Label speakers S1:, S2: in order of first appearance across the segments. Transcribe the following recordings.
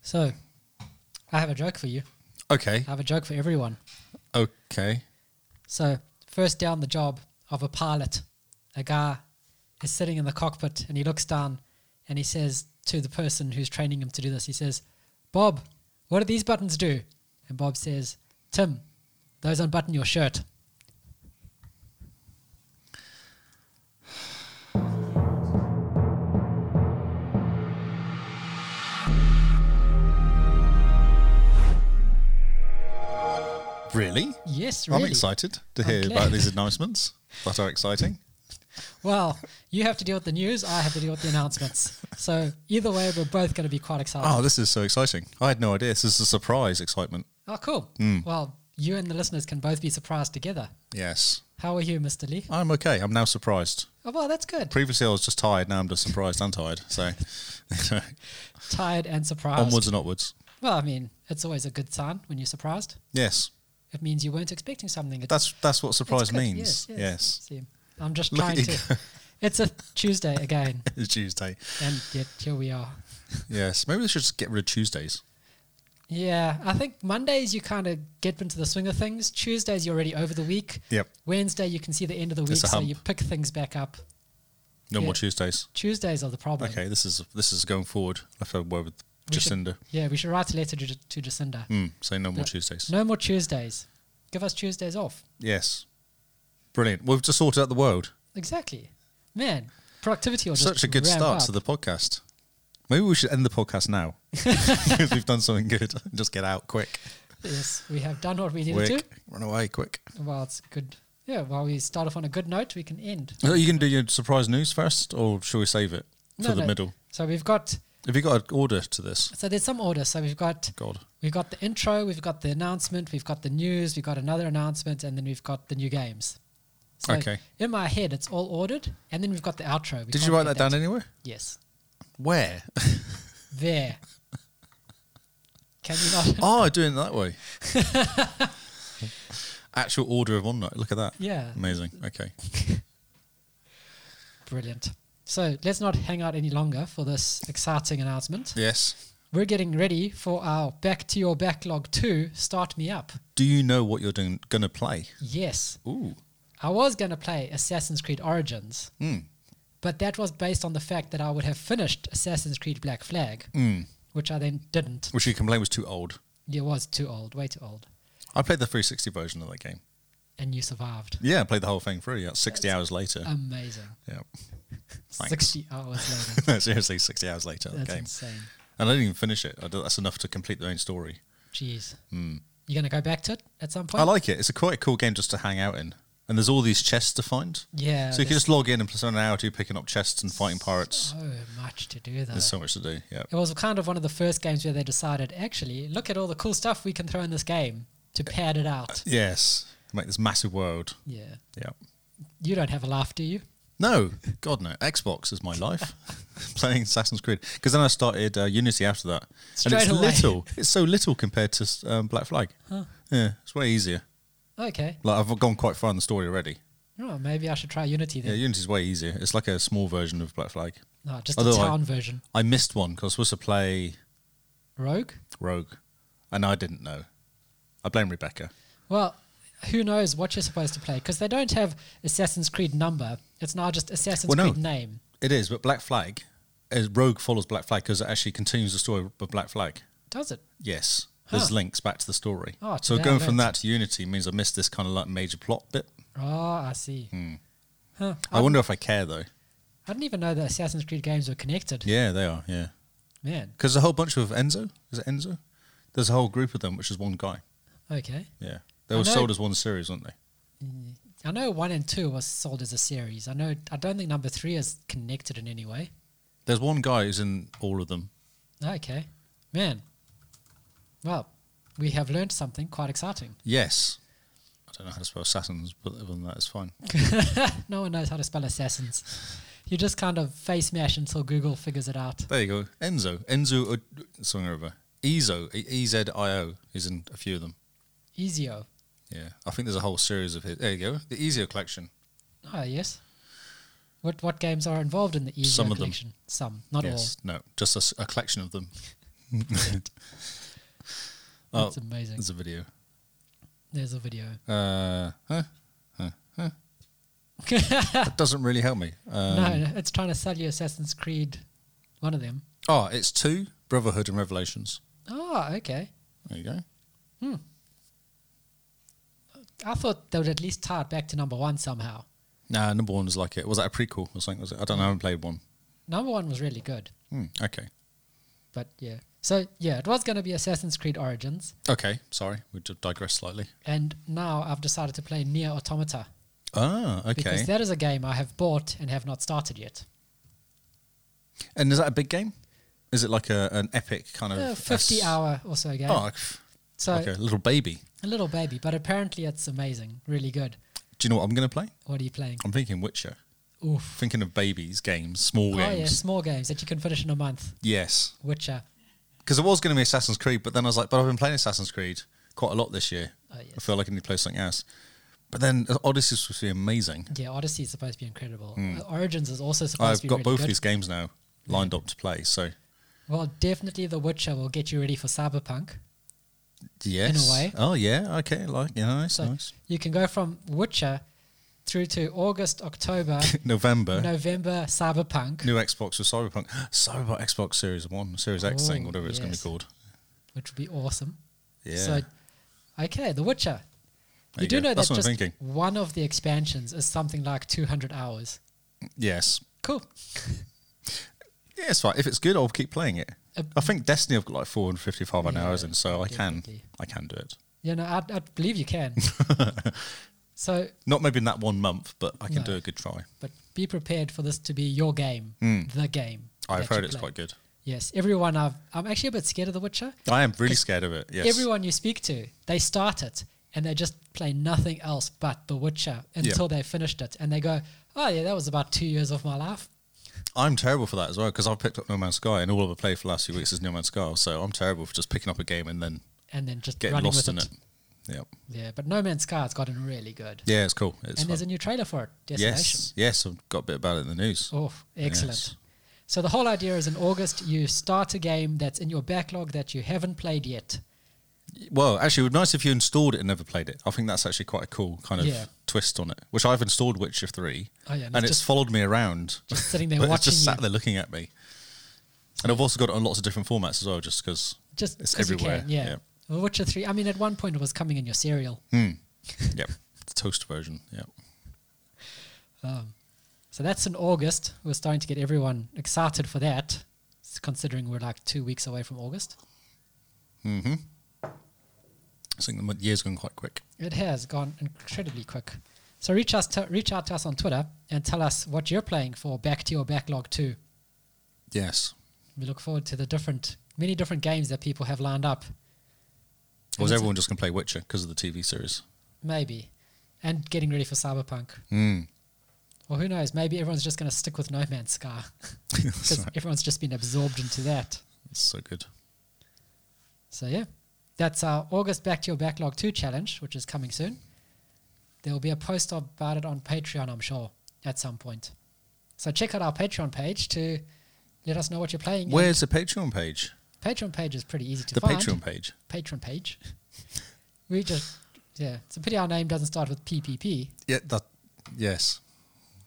S1: So, I have a joke for you.
S2: Okay.
S1: I have a joke for everyone.
S2: Okay.
S1: So, first down the job of a pilot, a guy is sitting in the cockpit and he looks down and he says to the person who's training him to do this, he says, Bob, what do these buttons do? And Bob says, Tim, those unbutton your shirt.
S2: Really?
S1: Yes, really.
S2: I'm excited to hear
S1: Okay.
S2: about these announcements that are exciting.
S1: Well, you have to deal with the news, I have to deal with the announcements. So, either way, we're both going to be quite excited.
S2: Oh, this is so exciting. I had no idea. This is a surprise excitement.
S1: Oh, cool.
S2: Hmm.
S1: Well, you and the listeners can both be surprised together.
S2: Yes.
S1: How are you, Mr. Lee?
S2: I'm okay. I'm now surprised.
S1: Oh, well, that's good.
S2: Previously, I was just tired. Now I'm just surprised and tired. So,
S1: Tired and surprised.
S2: onwards and upwards.
S1: Well, I mean, it's always a good sign when you're surprised.
S2: Yes.
S1: It means you weren't expecting something. It's,
S2: That's that's what
S1: it's
S2: surprise
S1: good.
S2: means.
S1: Yes.
S2: Yes.
S1: See, I'm just
S2: Look at
S1: trying
S2: you
S1: to. It's a Tuesday again,
S2: It's Tuesday.
S1: and yet here we are.
S2: Yes. Maybe they should just get rid of Tuesdays.
S1: Yeah, I think Mondays you kind of get into the swing of things. Tuesdays you're already over the week.
S2: Yep.
S1: Wednesday you can see the end of the
S2: It's
S1: week,
S2: a
S1: so
S2: hump.
S1: you pick things back up.
S2: No
S1: Yeah.
S2: more Tuesdays.
S1: Tuesdays are the problem.
S2: Okay. This is this is going forward. I have to word with
S1: We should-
S2: Jacinda.
S1: Yeah, we should write a letter to, J- to Jacinda.
S2: Mm, say no more
S1: Yeah.
S2: Tuesdays.
S1: No more Tuesdays. Give us Tuesdays off.
S2: Yes. Brilliant. We've just sorted out the world.
S1: Exactly. Man, productivity will just
S2: Such a good
S1: ramp
S2: start
S1: up.
S2: to the podcast. Maybe we should end the podcast now because we've done something good. Just get out quick,
S1: Yes, we have done what we needed
S2: quick, run away quick.
S1: to. Well, it's good. Yeah, while we start off on a good note, we can end.
S2: Are you can do your surprise news first, or shall we save it for
S1: No,
S2: the
S1: no.
S2: middle?
S1: So we've got
S2: Have you got an order to this?
S1: so there's some order. So we've got
S2: God,
S1: we've got the intro, we've got the announcement, we've got the news, we've got another announcement, and then we've got the new games. So
S2: Okay.
S1: In my head, it's all ordered, and then we've got the outro. We
S2: did
S1: can't
S2: you write
S1: get
S2: that down anywhere?
S1: Yes.
S2: Where?
S1: There. Can you not?
S2: oh, doing it that way. Actual order of one night. Look at that.
S1: Yeah.
S2: Amazing. Okay.
S1: Brilliant. So let's not hang out any longer for this exciting announcement.
S2: Yes.
S1: We're getting ready for our Back to Your Backlog 2 Start Me Up.
S2: Do you know what you're doing, gonna play?
S1: Yes.
S2: Ooh.
S1: I was going to play Assassin's Creed Origins,
S2: Mm.
S1: but that was based on the fact that I would have finished Assassin's Creed Black Flag,
S2: Mm.
S1: which I then didn't.
S2: Which you complain was too old.
S1: It was too old, way too old.
S2: I played the 360 version of that game.
S1: And you survived.
S2: Yeah, I played the whole thing through. Yeah, 60 hours later.
S1: uh, Amazing.
S2: yeah. Thanks.
S1: 60 hours later.
S2: no, seriously, 60 hours later that
S1: That's
S2: game.
S1: insane.
S2: And I didn't even finish it. I don't- that's enough to complete the main story.
S1: Jeez. You're going to go back to it at some point?
S2: Hmm. I like it. It's a quite a cool game just to hang out in. And there's all these chests to find.
S1: yeah.
S2: so you can
S1: there's Oh,
S2: just log in and spend an hour or two picking up chests and fighting pirates.
S1: so much to do, though.
S2: There's so much to do. Yeah.
S1: It was kind of one of the first games where they decided, actually, look at all the cool stuff we can throw in this game to pad it out.
S2: Yes. Make this massive world.
S1: Yeah.
S2: Yeah.
S1: You don't have a laugh, do you?
S2: No, God no. Xbox is my life. Playing Assassin's Creed because then I started uh, Unity after that, and
S1: Straight
S2: it's
S1: away.
S2: little. It's so little compared to um, Black Flag. Yeah, it's way easier.
S1: Okay.
S2: Like I've gone quite far in the story already.
S1: Oh, maybe I should try Unity
S2: Yeah,
S1: then.
S2: Unity's way easier. It's like a small version of Black Flag.
S1: No, just
S2: Although
S1: a
S2: I-
S1: town version.
S2: I missed one because I was supposed to play
S1: Rogue?
S2: Rogue, and I didn't know. I blame Rebecca.
S1: Well, who knows what you're supposed to play? Because they don't have Assassin's Creed number. It's now just Assassin's
S2: Well, no.
S1: Creed name.
S2: It is, but Black Flag, is, Rogue follows Black Flag because it actually continues the story of Black Flag.
S1: Does it?
S2: Yes.
S1: Huh.
S2: There's links back to the story.
S1: Oh,
S2: so
S1: today I
S2: going from
S1: learnt.
S2: that to Unity means I missed this kind of like major plot bit.
S1: Oh, I see. Huh.
S2: Hmm. I wonder if I care though.
S1: I didn't even know the Assassin's Creed games were connected.
S2: Yeah, they are. Yeah,
S1: Man.
S2: because a whole bunch of Enzo is it Enzo? There's a whole group of them, which is one guy.
S1: Okay.
S2: Yeah, they
S1: I
S2: were
S1: know-
S2: sold as one series, weren't they?
S1: Mm. I know one and two was sold as a series. I know. I don't think number three is connected in any way.
S2: There's one guy who's in all of them.
S1: Okay, man. Well, we have learned something quite exciting.
S2: Yes, I don't know how to spell assassins, but other than that, it's fine.
S1: no one knows how to spell assassins. You just kind of face mash until Google figures it out.
S2: There you go, Enzo, Enzo, or something or other. Ezo, E- E Z I O, is in a few of them.
S1: Ezio.
S2: Yeah, I think there's a whole series of his. There you go, the Ezio collection.
S1: Oh yes. What what games are involved in the Ezio
S2: Some of them.
S1: collection? Some, not
S2: yes, no, just a s- a, collection of them. Oh,
S1: That's amazing.
S2: There's a video.
S1: There's a video.
S2: Uh, huh? Huh? Huh? That doesn't really help me. Um,
S1: no, no, it's trying to sell you Assassin's Creed, one of them.
S2: Oh, it's two Brotherhood and Revelations.
S1: Oh, okay.
S2: There you go.
S1: I thought they would at least tie it back to number one somehow.
S2: Nah, number one was like it. Was that a prequel or something? Was it? I don't know. I haven't played one.
S1: Number one was really good,
S2: Hmm, okay.
S1: but yeah. So yeah, it was going to be Assassin's Creed Origins,
S2: Okay. Sorry, we did digress slightly.
S1: and now I've decided to play Near Automata
S2: Ah, okay.
S1: because that is a game I have bought and have not started yet.
S2: and is that a big game? Is it like a, an epic kind of
S1: A Uh, Fifty
S2: Oh, S-
S1: hour or so game.
S2: Oh, pff,
S1: so
S2: like a little baby.
S1: a little baby, but apparently it's amazing, really good.
S2: Do you know what I'm going to play?
S1: What are you playing?
S2: I'm thinking Witcher.
S1: Oof.
S2: Thinking of babies, games, small
S1: Oh yeah,
S2: games.
S1: small games that you can finish in a month.
S2: Yes.
S1: Witcher.
S2: Because it was going to be Assassin's Creed, but then I was like, but I've been playing Assassin's Creed quite a lot this year.
S1: Oh, yes.
S2: I feel like I need to play something else. But then Odyssey was supposed to be amazing.
S1: Yeah, Odyssey is supposed to be incredible. Uh, Origins is also supposed
S2: Hmm. I've
S1: to be
S2: got
S1: really
S2: both
S1: good.
S2: these games now lined up to play. So
S1: Well, definitely The Witcher will get you ready for Cyberpunk.
S2: yes,
S1: way.
S2: Oh yeah, okay, like yeah, nice,
S1: So
S2: nice.
S1: you can go from Witcher through to August, October,
S2: November,
S1: November, Cyberpunk,
S2: new Xbox with Cyberpunk. Cyberpunk Xbox Series One, Series X thing,
S1: Oh,
S2: whatever it's going to
S1: yes.
S2: be called.
S1: which would be awesome.
S2: Yeah,
S1: So, okay, The Witcher. you
S2: There you
S1: do
S2: go.
S1: know
S2: That's
S1: that
S2: what I'm
S1: just
S2: thinking.
S1: one of the expansions is something like 200 hours.
S2: yes,
S1: Cool.
S2: yeah, it's fine. If it's good, I'll keep playing it.
S1: Uh,
S2: I think Destiny, I've got like 455
S1: Yeah,
S2: hours in, so I can,
S1: definitely.
S2: I can do it.
S1: You know, I, I believe you can. so,
S2: Not maybe in that one month, but I can
S1: No.
S2: do a good try.
S1: but be prepared for this to be your game, the game.
S2: Hmm. I've
S1: that
S2: heard
S1: you
S2: it's
S1: play.
S2: quite good.
S1: Yes, everyone. I've, I'm actually a bit scared of The Witcher.
S2: I am really
S1: 'Cause
S2: scared of it. Yes,
S1: Everyone you speak to, they start it and they just play nothing else but The Witcher until they finished it, and they go, "Oh yeah, that was about two years of my life."
S2: I'm terrible for that as well because I've picked up No Man's Sky and all I've played for the last few weeks is No Man's Sky. So I'm terrible for just picking up a game and then
S1: And then just
S2: getting
S1: running
S2: lost
S1: with
S2: in it. Yep.
S1: Yeah, but No Man's Sky has gotten really good,
S2: Yeah, it's cool. It's
S1: and
S2: fun.
S1: there's a new trailer for it. Desolation.
S2: yes, yes. I've got a bit about it in the news.
S1: Oh, excellent.
S2: Yes.
S1: So the whole idea is in August you start a game that's in your backlog that you haven't played yet.
S2: Well, actually, it would be nice if you installed it and never played it. I think that's actually quite a cool kind of
S1: Yeah.
S2: twist on it. Which I've installed Witcher Three,
S1: Oh yeah, and,
S2: and
S1: it's
S2: it's
S1: just
S2: followed me around,
S1: just sitting there
S2: but it's
S1: watching
S2: just sat
S1: you.
S2: there looking at me. And I've also got it on lots of different formats as well, just because.
S1: Just
S2: it's
S1: 'cause you
S2: everywhere,
S1: can, yeah.
S2: yeah.
S1: The Witcher Three. I mean, at one point it was coming in your cereal.
S2: Hmm. Yep, the toast version. Yep.
S1: Um, so that's in August. We're starting to get everyone excited for that, s- considering we're like two weeks away from August.
S2: Mm-hmm. I think the mon- year's gone quite quick.
S1: It has gone incredibly quick. So reach us, to, reach out to us on Twitter and tell us what you're playing for Back to Your Backlog Two.
S2: Yes.
S1: We look forward to the different, many different games that people have lined up.
S2: Or is
S1: And it's-
S2: everyone just going to play Witcher because of the TV series?
S1: Maybe. And getting ready for Cyberpunk.
S2: Mm.
S1: Or who knows, maybe everyone's just going to stick with No Man's Sky because
S2: That's right.
S1: everyone's just been absorbed into that.
S2: It's so good.
S1: So, yeah, that's our August Back to Your Backlog 2 challenge, which is coming soon. There will be a post about it on Patreon, I'm sure, at some point. So, check out our Patreon page to let us know what you're playing. and
S2: Where's the Patreon page?
S1: Patreon page is pretty easy to
S2: The
S1: find.
S2: Patreon page.
S1: Patreon page. we just, yeah, it's a pity our name doesn't start with PPP.
S2: Yeah. That. Yes.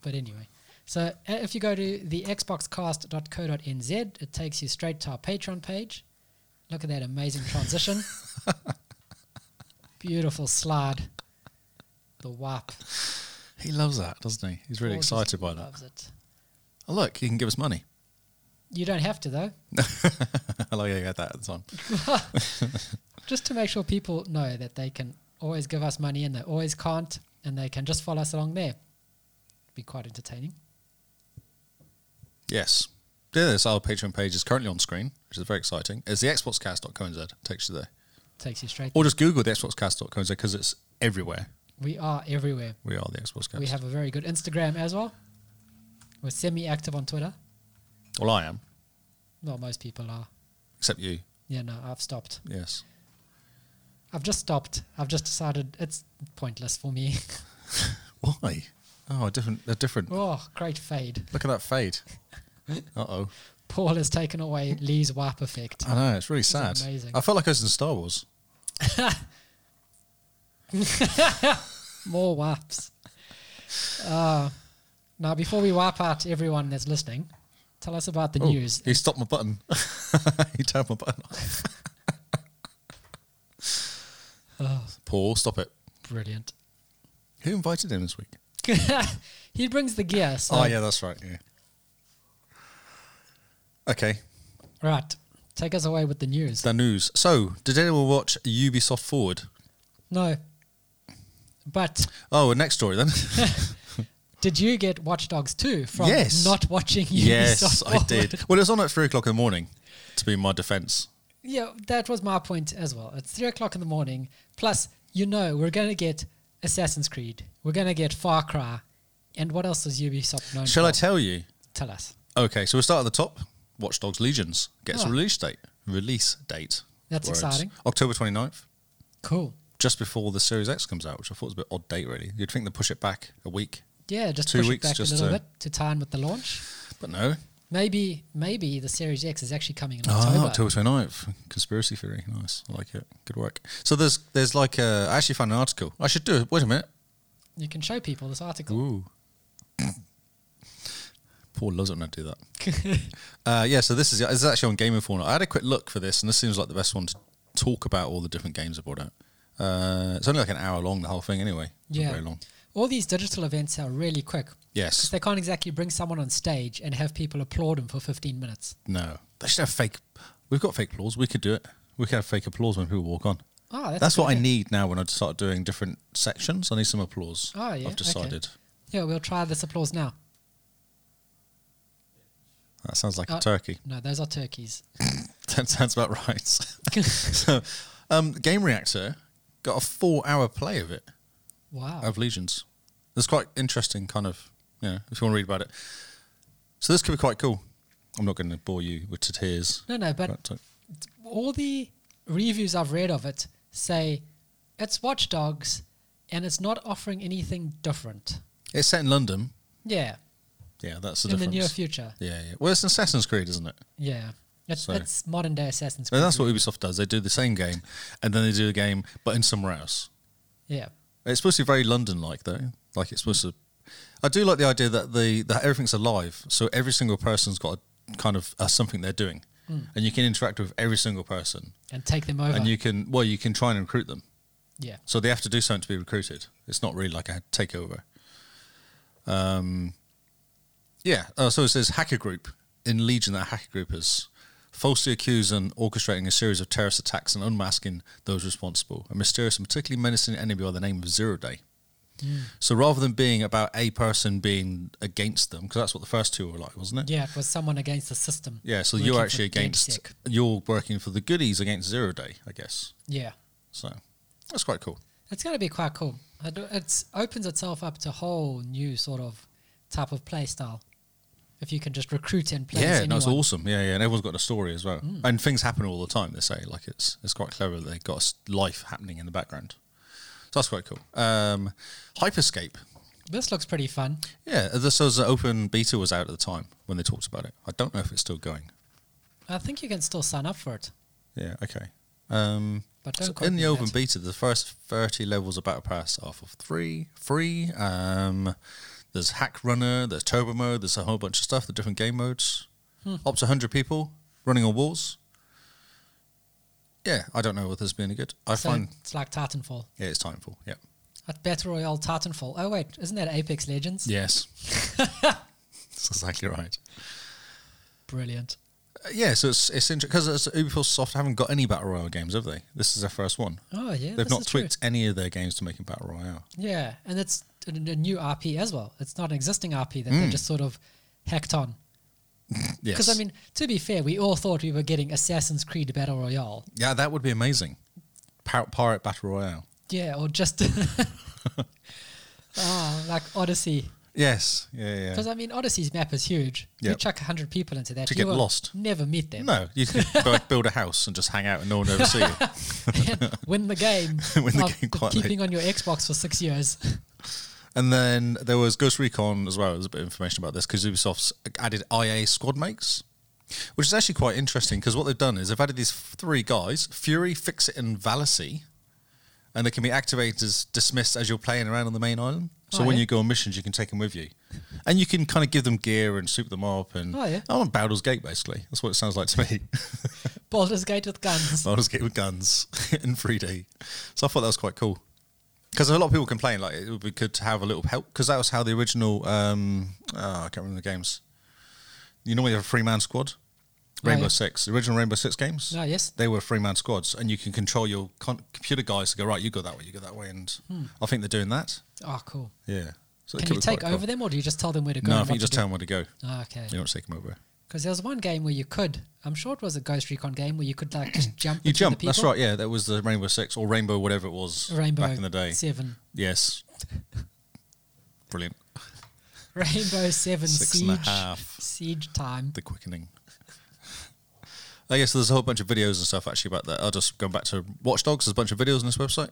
S1: But anyway, so uh, if you go to the xboxcast.co.nz, it takes you straight to our Patreon page. Look at that amazing transition. Beautiful slide. The WAP.
S2: He loves that, doesn't he? He's
S1: Oh,
S2: really excited by that.
S1: Loves it.
S2: Oh, look, he can give us money.
S1: You don't have to, though.
S2: I like how you had that at the time.
S1: Just to make sure people know that they can always give us money and they always can't, and they can just follow us along there. Be quite entertaining.
S2: Yes. Yeah, this our Patreon page is currently on screen, which is very exciting. It's the xboxcast.co.nz. Takes you there.
S1: Takes you straight.
S2: Or just Google the xboxcast.co.nz because it's everywhere.
S1: We are everywhere.
S2: We are the Xboxcast.
S1: We have a very good Instagram as well. We're semi active on Twitter.
S2: well, I am,
S1: Well, most people are.
S2: except you.
S1: Yeah, no, I've stopped.
S2: Yes.
S1: I've just stopped. I've just decided it's pointless for me.
S2: Why? Oh, a different. A different.
S1: oh, great fade.
S2: Look at that fade. Uh oh.
S1: Paul has taken away Lee's WAP effect.
S2: I know it's really sad.
S1: amazing.
S2: I felt like I was in Star Wars.
S1: More WAPs. Uh, now, before we wipe out everyone that's listening, tell us about the
S2: Oh,
S1: news.
S2: He stopped my button. he turned my button off.
S1: Oh,
S2: Paul, stop it.
S1: brilliant.
S2: Who invited him this week?
S1: he brings the gear. So.
S2: oh yeah, that's right. Yeah. Okay,
S1: Right. Take us away with the news.
S2: the news. So, did anyone watch Ubisoft Forward?
S1: no. But
S2: Oh, a next story then.
S1: did you get Watch Dogs 2 from
S2: Yes.
S1: not watching Ubisoft?
S2: yes, I
S1: Forward? Oh
S2: did. Well, it was on at three o'clock in the morning. To be my defence,
S1: Yeah, that was my point as well. It's three o'clock in the morning. Plus, you know, we're going to get Assassin's Creed. We're going to get Far Cry. And what else is Ubisoft known
S2: shall
S1: for?
S2: I tell you?
S1: Tell us.
S2: Okay, so we'll start at the top. Watch Dogs Legions gets
S1: Oh.
S2: a release date. Release date.
S1: That's exciting.
S2: October 29th,
S1: Cool.
S2: just before the Series X comes out, which I thought was a bit odd date, really. You'd think they'd push it back a week,
S1: Yeah, just
S2: Two
S1: push
S2: weeks
S1: it back
S2: just
S1: a little
S2: to-
S1: bit to tie in with the launch.
S2: but no.
S1: Maybe, maybe the Series X is actually coming in October.
S2: Oh, October 29th. Conspiracy theory. Nice. I like it. Good work. So there's there's like a. I actually found an article. I should do it. Wait a minute.
S1: You can show people this article.
S2: Ooh. Paul loves it when I do that. Uh, yeah, so this is, this is actually on Game Informer. I had a quick look for this, and this seems like the best one to talk about all the different games I brought out. Uh, it's only like an hour long, the whole thing, anyway. Not
S1: Yeah.
S2: very long.
S1: All these digital events are really quick because
S2: Yes.
S1: they can't exactly bring someone on stage and have people applaud them for 15 minutes.
S2: No. They should have fake. We've got fake applause. We could do it. We could have fake applause when people walk on.
S1: Oh, that's,
S2: That's,
S1: a good
S2: what I
S1: idea.
S2: need now when I start doing different sections. I need some applause.
S1: Oh, yeah,
S2: I've
S1: okay.
S2: decided.
S1: Yeah, we'll try this applause now.
S2: That sounds like
S1: Uh,
S2: a turkey.
S1: No, those are turkeys.
S2: That sounds about right. so, um, Game Reactor got a four-hour play of it.
S1: Wow.
S2: of legions. That's quite interesting, kind of. You know, if you want to read about it. So this could be quite cool. I'm not going to bore you with to tears.
S1: No, no, but
S2: But, uh,
S1: all the reviews I've read of it say it's Watch Dogs and it's not offering anything different.
S2: it's set in London.
S1: Yeah,
S2: Yeah, that's the
S1: in
S2: difference.
S1: the near future.
S2: yeah, yeah. Well, it's Assassin's Creed, isn't it?
S1: Yeah, it's,
S2: So-
S1: it's modern day Assassin's Creed.
S2: And that's what Ubisoft does. They do the same game, and then they do the game, but in somewhere else.
S1: yeah,
S2: It's supposed to be very London-like, though. Like it's supposed to. I do like the idea that the that everything's alive, so every single person's got a, kind of uh, something they're doing, and you can interact with every single person,
S1: and take them over.
S2: and you can well, you can try and recruit them.
S1: yeah,
S2: So they have to do something to be recruited. It's not really like a takeover. Um, yeah. Uh, so it says hacker group in Legion that hacker group is falsely accused and orchestrating a series of terrorist attacks and unmasking those responsible. A mysterious and particularly menacing enemy by the name of Zero Day.
S1: Hmm.
S2: So rather than being about a person being against them, because that's what the first two were like, wasn't it?
S1: yeah, it was someone against the system.
S2: Yeah. so
S1: working
S2: you're
S1: for
S2: actually
S1: DedSec.
S2: against. You're working for the goodies against Zero Day, I guess.
S1: Yeah,
S2: So that's quite cool.
S1: it's going to be quite cool. It it's, opens itself up to a whole new sort of type of play style. If you can just recruit and play
S2: Yeah,
S1: as
S2: no,
S1: anyone. Mm.
S2: it's awesome. Yeah, yeah, and everyone's got a story as well, and things happen all the time. They say like it's it's quite clever. that They got s- life happening in the background, so that's quite cool. Um, Hyperscape,
S1: This looks pretty fun.
S2: yeah, uh, this was an open beta was out at the time when they talked about it. I don't know if it's still going.
S1: I think you can still sign up for it.
S2: Yeah, okay. Um,
S1: But
S2: so
S1: don't quote
S2: in
S1: me
S2: the
S1: on
S2: open
S1: that.
S2: beta, the first thirty levels of Battle Pass are for three free. Um, there's Hack Runner, there's Turbo Mode, there's a whole bunch of stuff. The different game modes,
S1: Hmm.
S2: up to hundred people running on walls. Yeah, I don't know whether this being any good. I
S1: so
S2: find
S1: it's like Titanfall.
S2: yeah, it's timeful. Yeah.
S1: At Battle Royale Titanfall. Oh wait, isn't that Apex Legends?
S2: Yes. That's exactly right.
S1: Brilliant.
S2: Uh, yeah, so it's it's interesting because Ubisoft haven't got any battle royale games, have they? This is their first one.
S1: Oh yeah,
S2: They've
S1: this
S2: not
S1: is true.
S2: tweaked any of their games to make a battle royale.
S1: Yeah, and it's a, a new RP as well. It's not an existing RP that they just sort of hacked on.
S2: Hmm. Yes.
S1: Because I mean, to be fair, we all thought we were getting Assassin's Creed Battle Royale.
S2: Yeah, that would be amazing. Pirate, Pirate Battle Royale.
S1: Yeah, or just Ah, like Odyssey.
S2: Yes. Yeah,
S1: Because I mean, Odyssey's map is huge. You
S2: Yep.
S1: chuck hundred people into that,
S2: To
S1: you
S2: get
S1: will
S2: lost.
S1: Never meet them.
S2: No, you could go build a house and just hang out and no one will ever see you.
S1: Win the game.
S2: Win the
S1: of
S2: game quite late.
S1: keeping on your Xbox for six years.
S2: And then there was Ghost Recon as well. There's a bit of information about this because Ubisoft's added IA squad mates. Which is actually quite interesting because what they've done is they've added these three guys Fury, Fixit, and Valacy, and they can be activated as dismissed as you're playing around on the main island. So
S1: Oh,
S2: when
S1: yeah.
S2: you go on missions, you can take them with you. And you can kind of give them gear and soup them up. And
S1: Oh, yeah.
S2: I'm on Baldur's Gate, basically. That's what it sounds like to me.
S1: Baldur's Gate with guns.
S2: Baldur's Gate with guns in 3D. So I thought that was quite cool. Because a lot of people complain, like, it would be good to have a little help. Because that was how the original, um, oh, I can't remember the games. You normally have a three man squad. Rainbow
S1: Right.
S2: Six, the original Rainbow Six games.
S1: Ah, yes.
S2: They were three man squads, and you can control your con- computer guys to go, right, you go that way, you go that way. And I think they're doing that.
S1: Oh, cool.
S2: Yeah. So it
S1: Hmm. Can
S2: could
S1: you
S2: be quite
S1: take over them, or do you just tell them where to go?
S2: No, I
S1: and
S2: think you
S1: what
S2: just
S1: to
S2: tell them where to go.
S1: do? Oh, okay.
S2: You don't take them over.
S1: Because there was one game where you could. I'm sure it was a Ghost Recon game where you could like just jump.
S2: You
S1: between
S2: jump.
S1: The
S2: That's
S1: people.
S2: right. Yeah, that was the Rainbow Six or Rainbow, whatever it was
S1: Rainbow
S2: back in the day.
S1: Seven.
S2: Yes. Brilliant.
S1: Rainbow Seven
S2: Six
S1: Siege.
S2: and a half.
S1: Siege time.
S2: The quickening. I guess there's a whole bunch of videos and stuff actually about that. I'll just go back to Watch Dogs. There's a bunch of videos on this website,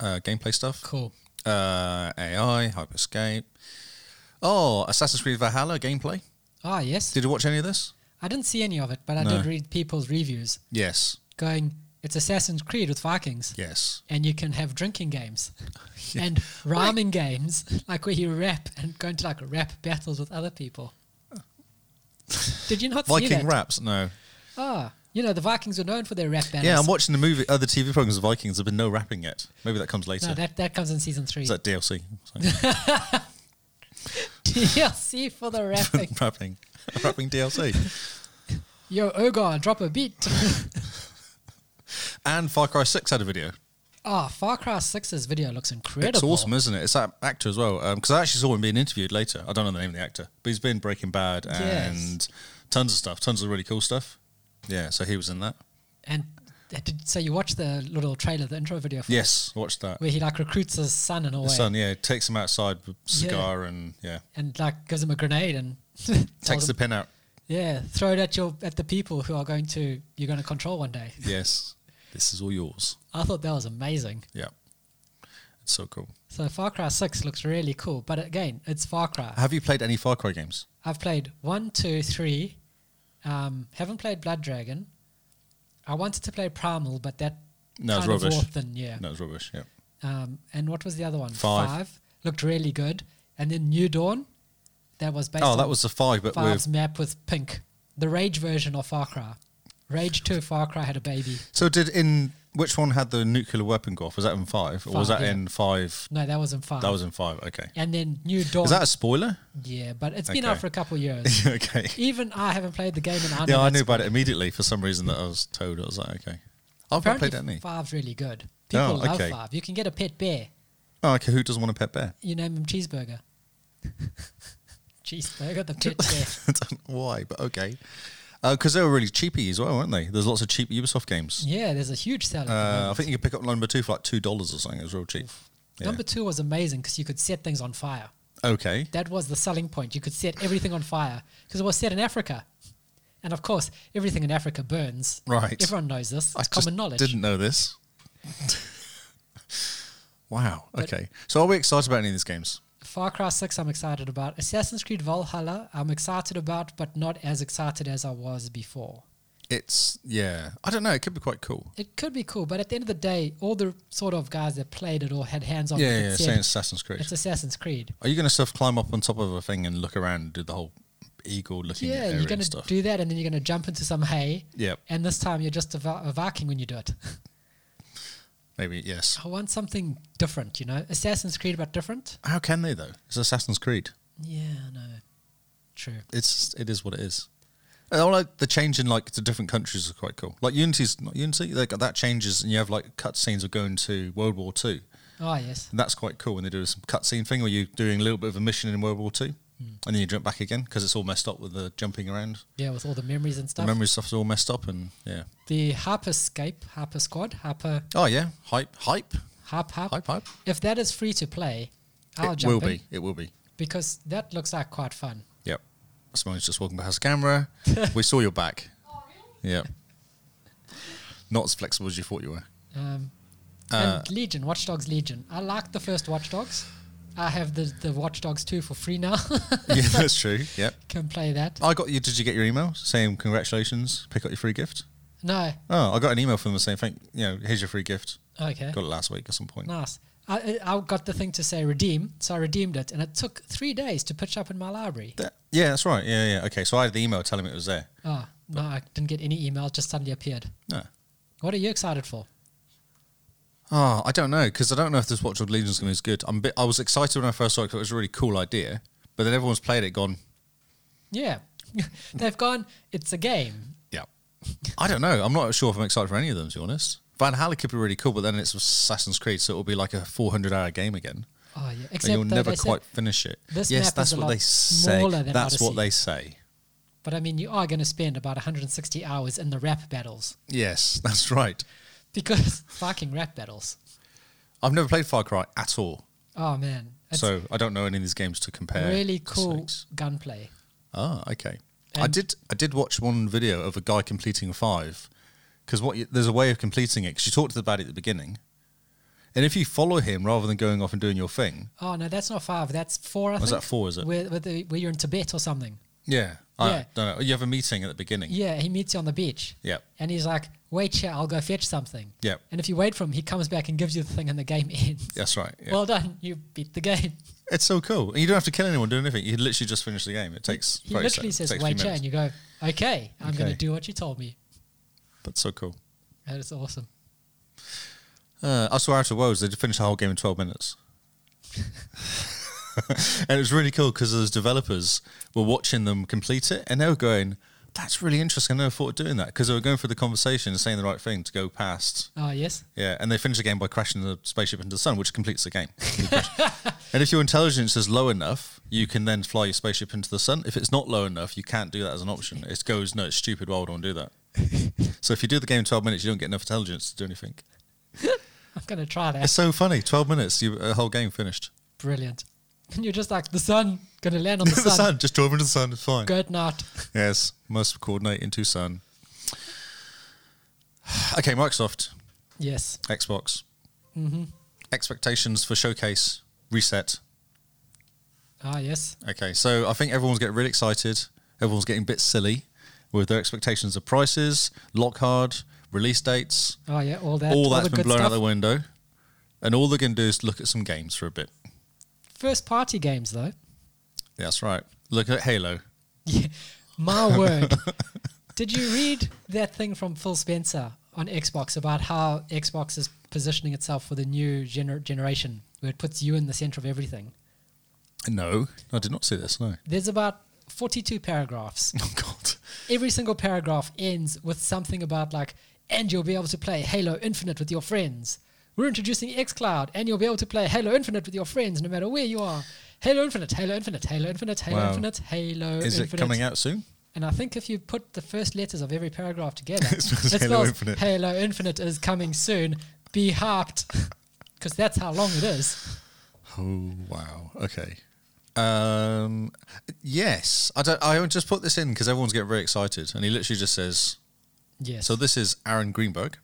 S2: uh, gameplay stuff,
S1: Cool.
S2: uh, AI, Hyperscape. Oh, Assassin's Creed Valhalla gameplay.
S1: Ah, yes.
S2: Did you watch any of this?
S1: I didn't see any of it, but I
S2: No.
S1: did read people's reviews
S2: Yes.
S1: going, "It's Assassin's Creed with Vikings."
S2: Yes.
S1: And you can have drinking games and rhyming games, like where you rap and go into like rap battles with other people. Did you not see
S2: Viking
S1: that?
S2: raps. No.
S1: Ah, you know the Vikings were known for their rap battles.
S2: Yeah, I'm watching the movie. Other TV programs of Vikings. There's been no rapping yet. Maybe that comes later.
S1: no, that that comes in season three.
S2: Is that DLC? Sorry.
S1: DLC for the rapping.
S2: rapping. rapping DLC.
S1: Yo, Ogar, drop a beat.
S2: And Far Cry 6 had a video.
S1: Ah, Far Cry 6's video looks incredible.
S2: It's awesome, isn't it? It's that actor as well. Because I actually saw him being interviewed later. I don't know the name of the actor, but he's been Breaking Bad and
S1: Yes.
S2: tons of stuff, tons of really cool stuff. Yeah, so he was in that.
S1: And did, so you watched the little trailer, the intro video for it,
S2: Yes, watched that.
S1: where he like recruits his son in a way,
S2: His son, yeah, takes him outside with cigar and yeah,
S1: and like gives him a grenade and
S2: takes
S1: tells
S2: the
S1: him,
S2: pen out.
S1: yeah, throw it at your at the people who are going to you're going to control one day.
S2: Yes, this is all yours.
S1: I thought that was amazing.
S2: Yeah, it's so cool.
S1: So Far Cry 6 looks really cool, but again, it's Far Cry.
S2: Have you played any Far Cry games?
S1: I've played one, two, three. Um, haven't played Blood Dragon. I wanted to play Primal, but that
S2: No, it's
S1: kind of
S2: rubbish.
S1: warped in, yeah.
S2: No, it's rubbish. Yeah,
S1: Um, and what was the other one?
S2: Five.
S1: looked really good. And then New Dawn, that was based
S2: oh,
S1: on
S2: that was the five, but
S1: Five's
S2: with
S1: map with Pink, the Rage version of Far Cry. Rage Two Far Cry had a baby.
S2: so did in which one had the nuclear weapon go off? Was that in five, or was
S1: Five,
S2: that
S1: yeah.
S2: in five?
S1: No, that was in Five.
S2: That was in five. Okay,
S1: and then New Dawn.
S2: is that a spoiler?
S1: yeah, but it's been
S2: Okay.
S1: out for a couple of years.
S2: okay.
S1: Even I haven't played the game, and I know
S2: Yeah, I
S1: it's-
S2: knew about it immediately for some reason that I was told. I was like, okay. Oh, I've not
S1: Apparently,
S2: played any.
S1: Five's really good. People
S2: Oh,
S1: love
S2: okay.
S1: Five. You can get a pet bear.
S2: Oh, okay. Who doesn't want a pet bear?
S1: You name him Cheeseburger. Cheeseburger, the pet bear.
S2: I don't know why, but okay. Because they were really cheapy as well, weren't they? There's lots of cheap Ubisoft games.
S1: Yeah, there's a huge sale. at the
S2: Uh, I
S1: moment.
S2: think you could pick up number two for like two dollars or something. It was real cheap. Yeah.
S1: Number two was amazing because you could set things on fire.
S2: okay.
S1: That was the selling point. You could set everything on fire because it was set in Africa. And of course, everything in Africa burns.
S2: Right.
S1: Everyone knows this. It's
S2: I just
S1: common knowledge.
S2: Didn't know this. wow. Okay. So are we excited about any of these games?
S1: Far Cry 6, I'm excited about. Assassin's Creed Valhalla, I'm excited about, but not as excited as I was before.
S2: It's yeah. I don't know. It could be quite cool.
S1: It could be cool, but at the end of the day, all the sort of guys that played it or had hands on
S2: Yeah,
S1: it
S2: yeah. yeah.
S1: said,
S2: Saying Assassin's Creed.
S1: Oh, it's Assassin's Creed.
S2: Are you going to stuff climb up on top of a thing and look around and do the whole eagle looking
S1: Yeah,
S2: area
S1: you're going
S2: and
S1: to
S2: stuff?
S1: do that and then you're going to jump into some hay.
S2: Yep.
S1: And this time you're just a, va- a Viking when you do it.
S2: Maybe yes.
S1: I want something different, you know? Assassin's Creed, but different?
S2: How can they though? It's Assassin's Creed.
S1: Yeah, no. True.
S2: It's it is what it is. And I like the change in like the different countries is quite cool. Like Unity's not Unity. Like that changes, and you have like cutscenes of going to World War Two.
S1: Oh, yes.
S2: And that's quite cool when they do some cutscene thing where you're doing a little bit of a mission in World War Two,
S1: Hmm.
S2: and then you jump back again because it's all messed up with the jumping around.
S1: Yeah, with all the memories and
S2: The
S1: stuff.
S2: memory stuff's all messed up, and yeah.
S1: The Harper Scape, Harper Squad, Harper,
S2: Oh yeah, hype, hype,
S1: Harp, Harp.
S2: hype, hype.
S1: If that is free to play, I'll
S2: it
S1: jump
S2: will
S1: in
S2: be. It will be.
S1: because that looks like quite fun.
S2: Yep. Simone's just walking past the camera. we saw your back. Yep. Not as flexible as you thought you were.
S1: Um,
S2: Uh,
S1: and Legion, Watch Dogs Legion. I liked the first Watch Dogs. I have the the Watch Dogs 2 for free now.
S2: yeah, that's true. Yep.
S1: Can play that.
S2: I got you. Did you get your email saying congratulations? Pick up your free gift.
S1: No.
S2: Oh, I got an email from them saying thank you know here's your free gift.
S1: Okay.
S2: Got it last week at some point.
S1: Nice. I, I I got the thing to say redeem, so I redeemed it, and it took three days to pitch up in my library.
S2: That- yeah, that's right. Yeah, yeah. Okay, so I had the email telling me it was there.
S1: Oh, no, I didn't get any email, it just suddenly appeared.
S2: No.
S1: What are you excited for?
S2: Oh, I don't know because I don't know if this Watch Dogs Legion's going to be as good. I'm a bit, I was excited when I first saw it 'cause it was a really cool idea, but then everyone's played it, gone,
S1: Yeah. They've gone, it's a game.
S2: yeah. I don't know. I'm not sure if I'm excited for any of them to be honest. Valhalla could be really cool, but then it's Assassin's Creed, so it'll be like a 400 hour game again,
S1: Oh, yeah.
S2: and
S1: Except
S2: you'll
S1: though
S2: never
S1: they said-
S2: quite finish it.
S1: this
S2: yes,
S1: map is
S2: that's
S1: a
S2: what
S1: lot
S2: they say.
S1: smaller than
S2: That's what
S1: Odyssey.
S2: they say.
S1: But I mean, you are going to spend about 160 hours in the rap battles
S2: Yes, that's right.
S1: because fucking rap battles.
S2: I've never played Far Cry at all,
S1: Oh, man. It's
S2: so I don't know any of these games to compare.
S1: really
S2: to
S1: cool
S2: six.
S1: gunplay.
S2: Ah, okay. I
S1: And-
S2: did. I did watch one video of a guy completing five, because what you, there's a way of completing it. Because you talked to the baddie at the beginning, and if you follow him rather than going off and doing your thing,
S1: Oh, no, that's not five. That's four, I
S2: Was
S1: think.
S2: that four, is it?
S1: Where, where, the, where you're in Tibet or something.
S2: yeah, I
S1: Yeah.
S2: don't know. You have a meeting at the beginning.
S1: Yeah, he meets you on the beach.
S2: Yep.
S1: And he's like, wait here, I'll go fetch something.
S2: Yep.
S1: And if you wait for him, he comes back and gives you the thing and the game ends.
S2: That's right. Yeah.
S1: Well done, you beat the game.
S2: it's so cool, and you don't have to kill anyone, do anything. You literally just finish the game. It takes.
S1: He
S2: 30
S1: literally
S2: seconds,
S1: says,
S2: takes a few
S1: wait here,
S2: minutes.
S1: and you go, okay, I'm going
S2: Okay.
S1: to do what you told me.
S2: That's so cool.
S1: That is awesome.
S2: Uh, I saw Outer Worlds. They did finish the whole game in 12 minutes. and it was really cool because those developers were watching them complete it and they were going, that's really interesting. I never thought of doing that because they were going through the conversation and saying the right thing to go past.
S1: Oh, yes.
S2: Yeah, and they finish the game by crashing the spaceship into the sun, which completes the game. You crash- and if your intelligence is low enough, you can then fly your spaceship into the sun. If it's not low enough, you can't do that as an option. It goes, no, it's stupid. Why would I want to do that? so if you do the game in 12 minutes, you don't get enough intelligence to do anything.
S1: I'm going to try that.
S2: It's so funny. Twelve minutes, you a whole game finished.
S1: Brilliant. And you're just like, the sun, going to land on the,
S2: the sun. just drove into the sun. It's fine.
S1: Good night.
S2: Yes, must coordinate into sun. Okay, Microsoft,
S1: Yes.
S2: Xbox. Expectations for showcase reset.
S1: Ah, yes.
S2: Okay, so I think everyone's getting really excited. Everyone's getting a bit silly with their expectations of prices, lock hard, release dates.
S1: Oh, yeah, all that.
S2: all that's
S1: the
S2: been
S1: good
S2: blown out
S1: stuff.
S2: the window, and all they're going to do is look at some games for a bit.
S1: First party games, though.
S2: That's right. Look at Halo.
S1: Yeah. My word. Did you read that thing from Phil Spencer on Xbox about how Xbox is positioning itself for the new gener- generation where it puts you in the center of everything?
S2: No, I did not see this. No.
S1: There's about 42 paragraphs.
S2: Oh God.
S1: Every single paragraph ends with something about, like, and you'll be able to play Halo Infinite with your friends. We're introducing xCloud, and you'll be able to play Halo Infinite with your friends no matter where you are. Halo Infinite, Halo Infinite, Halo Infinite, Halo
S2: Wow.
S1: Infinite, Halo
S2: Is
S1: Infinite.
S2: it coming out soon?
S1: And I think if you put the first letters of every paragraph together,
S2: It spells Halo Infinite.
S1: Halo Infinite is coming soon. Be hyped, because that's how long it is.
S2: Oh wow. Okay. Um. Yes. I don't. I just put this in because everyone's getting very excited, and he literally just says.
S1: Yes.
S2: So this is Aaron Greenberg,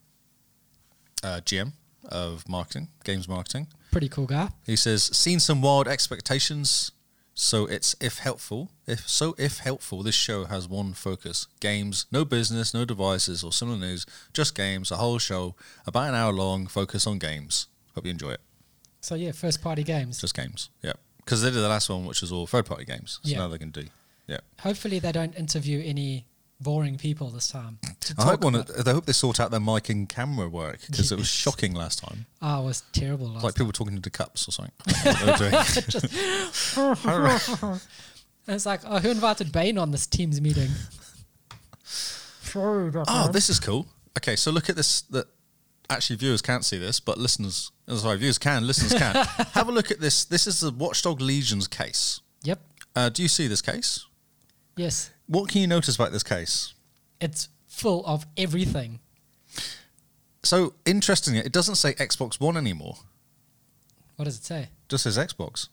S2: uh, GM of marketing, games marketing.
S1: pretty cool guy.
S2: He says, "Seen some wild expectations." So it's if helpful, if so, if helpful, this show has one focus: games, no business, no devices or similar news, just games. A whole show, about an hour long, focus on games. Hope you enjoy it.
S1: So yeah, first party games.
S2: Just games. Yeah. Because they did the last one, which was all third party games. So
S1: Yeah.
S2: now they can do. Yeah.
S1: Hopefully they don't interview any boring people this time. to
S2: I hope,
S1: talk
S2: one,
S1: about-
S2: I hope they sort out their mic and camera work because it was shocking last time.
S1: Ah, it was terrible. Last
S2: It's like people talking into cups or something. I don't know what they were doing.
S1: time. And it's like, oh, who invited Bane on this team's meeting?
S2: oh, this is cool. Okay, so look at this. That actually viewers can't see this, but listeners, oh, sorry, viewers can, listeners can. Have a look at this. This is the Watchdog Legions case.
S1: yep.
S2: Uh, do you see this case?
S1: Yes.
S2: What can you notice about this case?
S1: It's full of everything.
S2: So interestingly, it doesn't say Xbox One anymore.
S1: What does it say?
S2: It just says Xbox.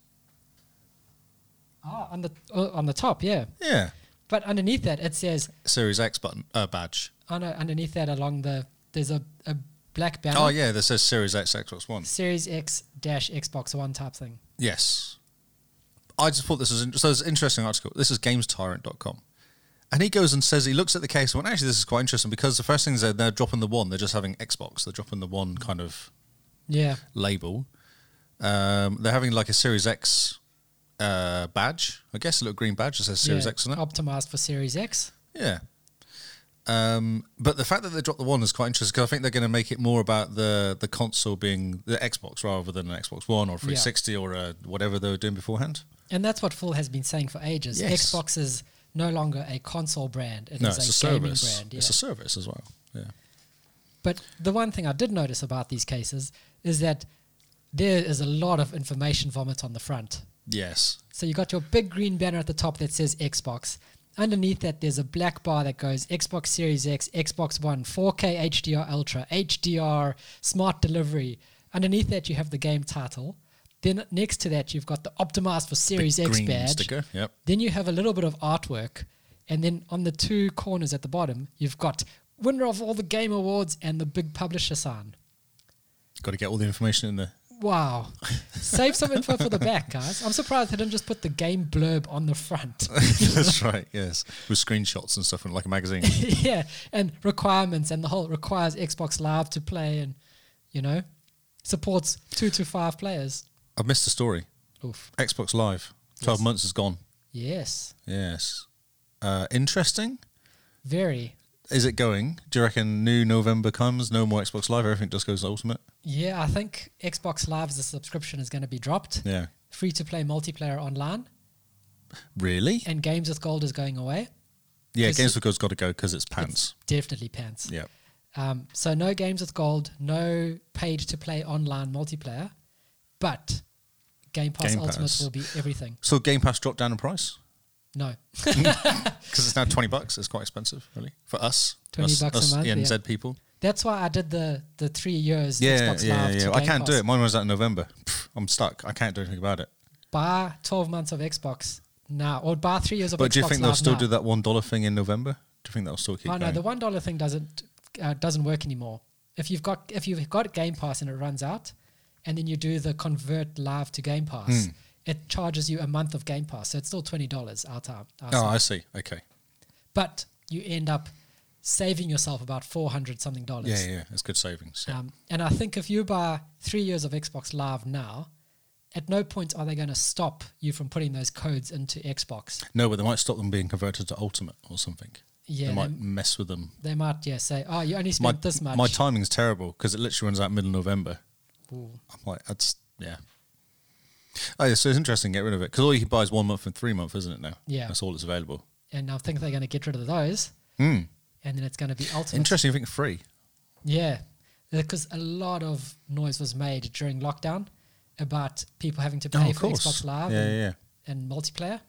S1: Ah, on the oh, on the top, yeah.
S2: Yeah.
S1: But underneath that, it says
S2: Series X button uh, badge.
S1: oh no, underneath that along the there's a, a black banner,
S2: Oh yeah, that says Series X Xbox One.
S1: Series X dash Xbox One type thing.
S2: Yes. I just thought this was in- so it's an interesting article. This is GamesTyrant.com. And he goes and says he looks at the case and went, actually, this is quite interesting because the first thing is they're, they're dropping the one. They're just having Xbox. They're dropping the one kind of
S1: Yeah,
S2: label. Um, they're having like a Series X uh, badge, I guess, a little green badge that says Series
S1: yeah.
S2: X on it.
S1: optimized for Series X.
S2: Yeah. Um, but the fact that they dropped the one is quite interesting because I think they're going to make it more about the the console being the Xbox rather than an Xbox One or 360 or uh whatever they were doing beforehand.
S1: And that's what Phil has been saying for ages.
S2: Yes.
S1: Xbox is no longer a console brand; it is
S2: no, it's a,
S1: gaming
S2: service.
S1: brand. Yeah.
S2: It's a service as well. Yeah.
S1: But the one thing I did notice about these cases is that there is a lot of information vomit on the front.
S2: Yes.
S1: So you got your big green banner at the top that says Xbox. Underneath that, there's a black bar that goes Xbox Series X, Xbox One, 4K HDR Ultra, HDR Smart Delivery. Underneath that, you have the game title. Then next to that, you've got the optimized for Series
S2: Big
S1: X
S2: green
S1: badge.
S2: sticker. Yep.
S1: Then you have a little bit of artwork, and then on the two corners at the bottom, you've got winner of all the game awards and the big publisher sign.
S2: Got to get all the information in there.
S1: Wow. Save some info for the back, guys. I'm surprised they didn't just put the game blurb on the front.
S2: That's right. Yes. With screenshots and stuff and like a magazine.
S1: yeah, and requirements and the whole requires Xbox Live to play and, you know, supports two to five players.
S2: I've missed the story.
S1: Oof.
S2: Xbox Live. 12 months is gone.
S1: Yes.
S2: Yes. Uh, interesting.
S1: Very.
S2: Is it going? Do you reckon new November comes? No more Xbox Live. Everything just goes ultimate.
S1: Yeah, I think Xbox Live as a subscription is going to be dropped.
S2: Yeah.
S1: Free to play multiplayer online
S2: Really?
S1: and Games with Gold is going away.
S2: Yeah.
S1: Is
S2: Games with Gold's got to go because it's pants.
S1: Definitely pants.
S2: Yeah.
S1: Um, so no games with gold, no paid to play online multiplayer, but Game Pass
S2: Game
S1: Ultimate
S2: Pass.
S1: will be everything.
S2: So Game Pass dropped down in price
S1: No,
S2: because it's now 20 bucks. It's quite expensive, really, for us.
S1: 20
S2: us,
S1: bucks a
S2: us
S1: month, yeah.
S2: ENZ people.
S1: that's why I did the the three years Xbox Live. to
S2: I
S1: Game
S2: can't do
S1: Pass.
S2: it. Mine runs out in November. Pff, I'm stuck. I can't do anything about it.
S1: Buy twelve months of Xbox now, or buy three years of Xbox
S2: But do you think they'll
S1: Live
S2: still
S1: now.
S2: do that one dollar thing in November? Do you think they'll still keep
S1: Oh no,
S2: going?
S1: the one dollar thing doesn't uh, doesn't work anymore. If you've got if you've got Game Pass and it runs out, and then you do the convert live to Game Pass,
S2: Hmm.
S1: it charges you a month of Game Pass, so it's still twenty dollars out of
S2: oh, I see. Okay.
S1: but you end up saving yourself about 400 something dollars.
S2: Yeah, yeah, yeah. It's good savings. Yeah.
S1: Um, and I think if you buy three years of Xbox Live now, at no point are they going to stop you from putting those codes into Xbox.
S2: no, but they might stop them being converted to Ultimate or something.
S1: Yeah,
S2: they might
S1: they-
S2: mess with them.
S1: They might, yeah, say, oh, you only
S2: My,
S1: spent this much.
S2: my timing's terrible because it literally runs out middle November.
S1: Ooh.
S2: I'm like, that's yeah. Oh, yeah, so it's interesting. Get rid of it because all you can buy is one month and three month, isn't it? Now,
S1: Yeah.
S2: that's all that's available. Hmm.
S1: And I think they're going to get rid of those. And then it's going to be ultimate.
S2: Interesting. I think free.
S1: Yeah, because a lot of noise was made during lockdown about people having to
S2: Oh,
S1: pay
S2: of
S1: for
S2: course.
S1: Xbox Live
S2: Yeah,
S1: and,
S2: yeah, yeah.
S1: and multiplayer.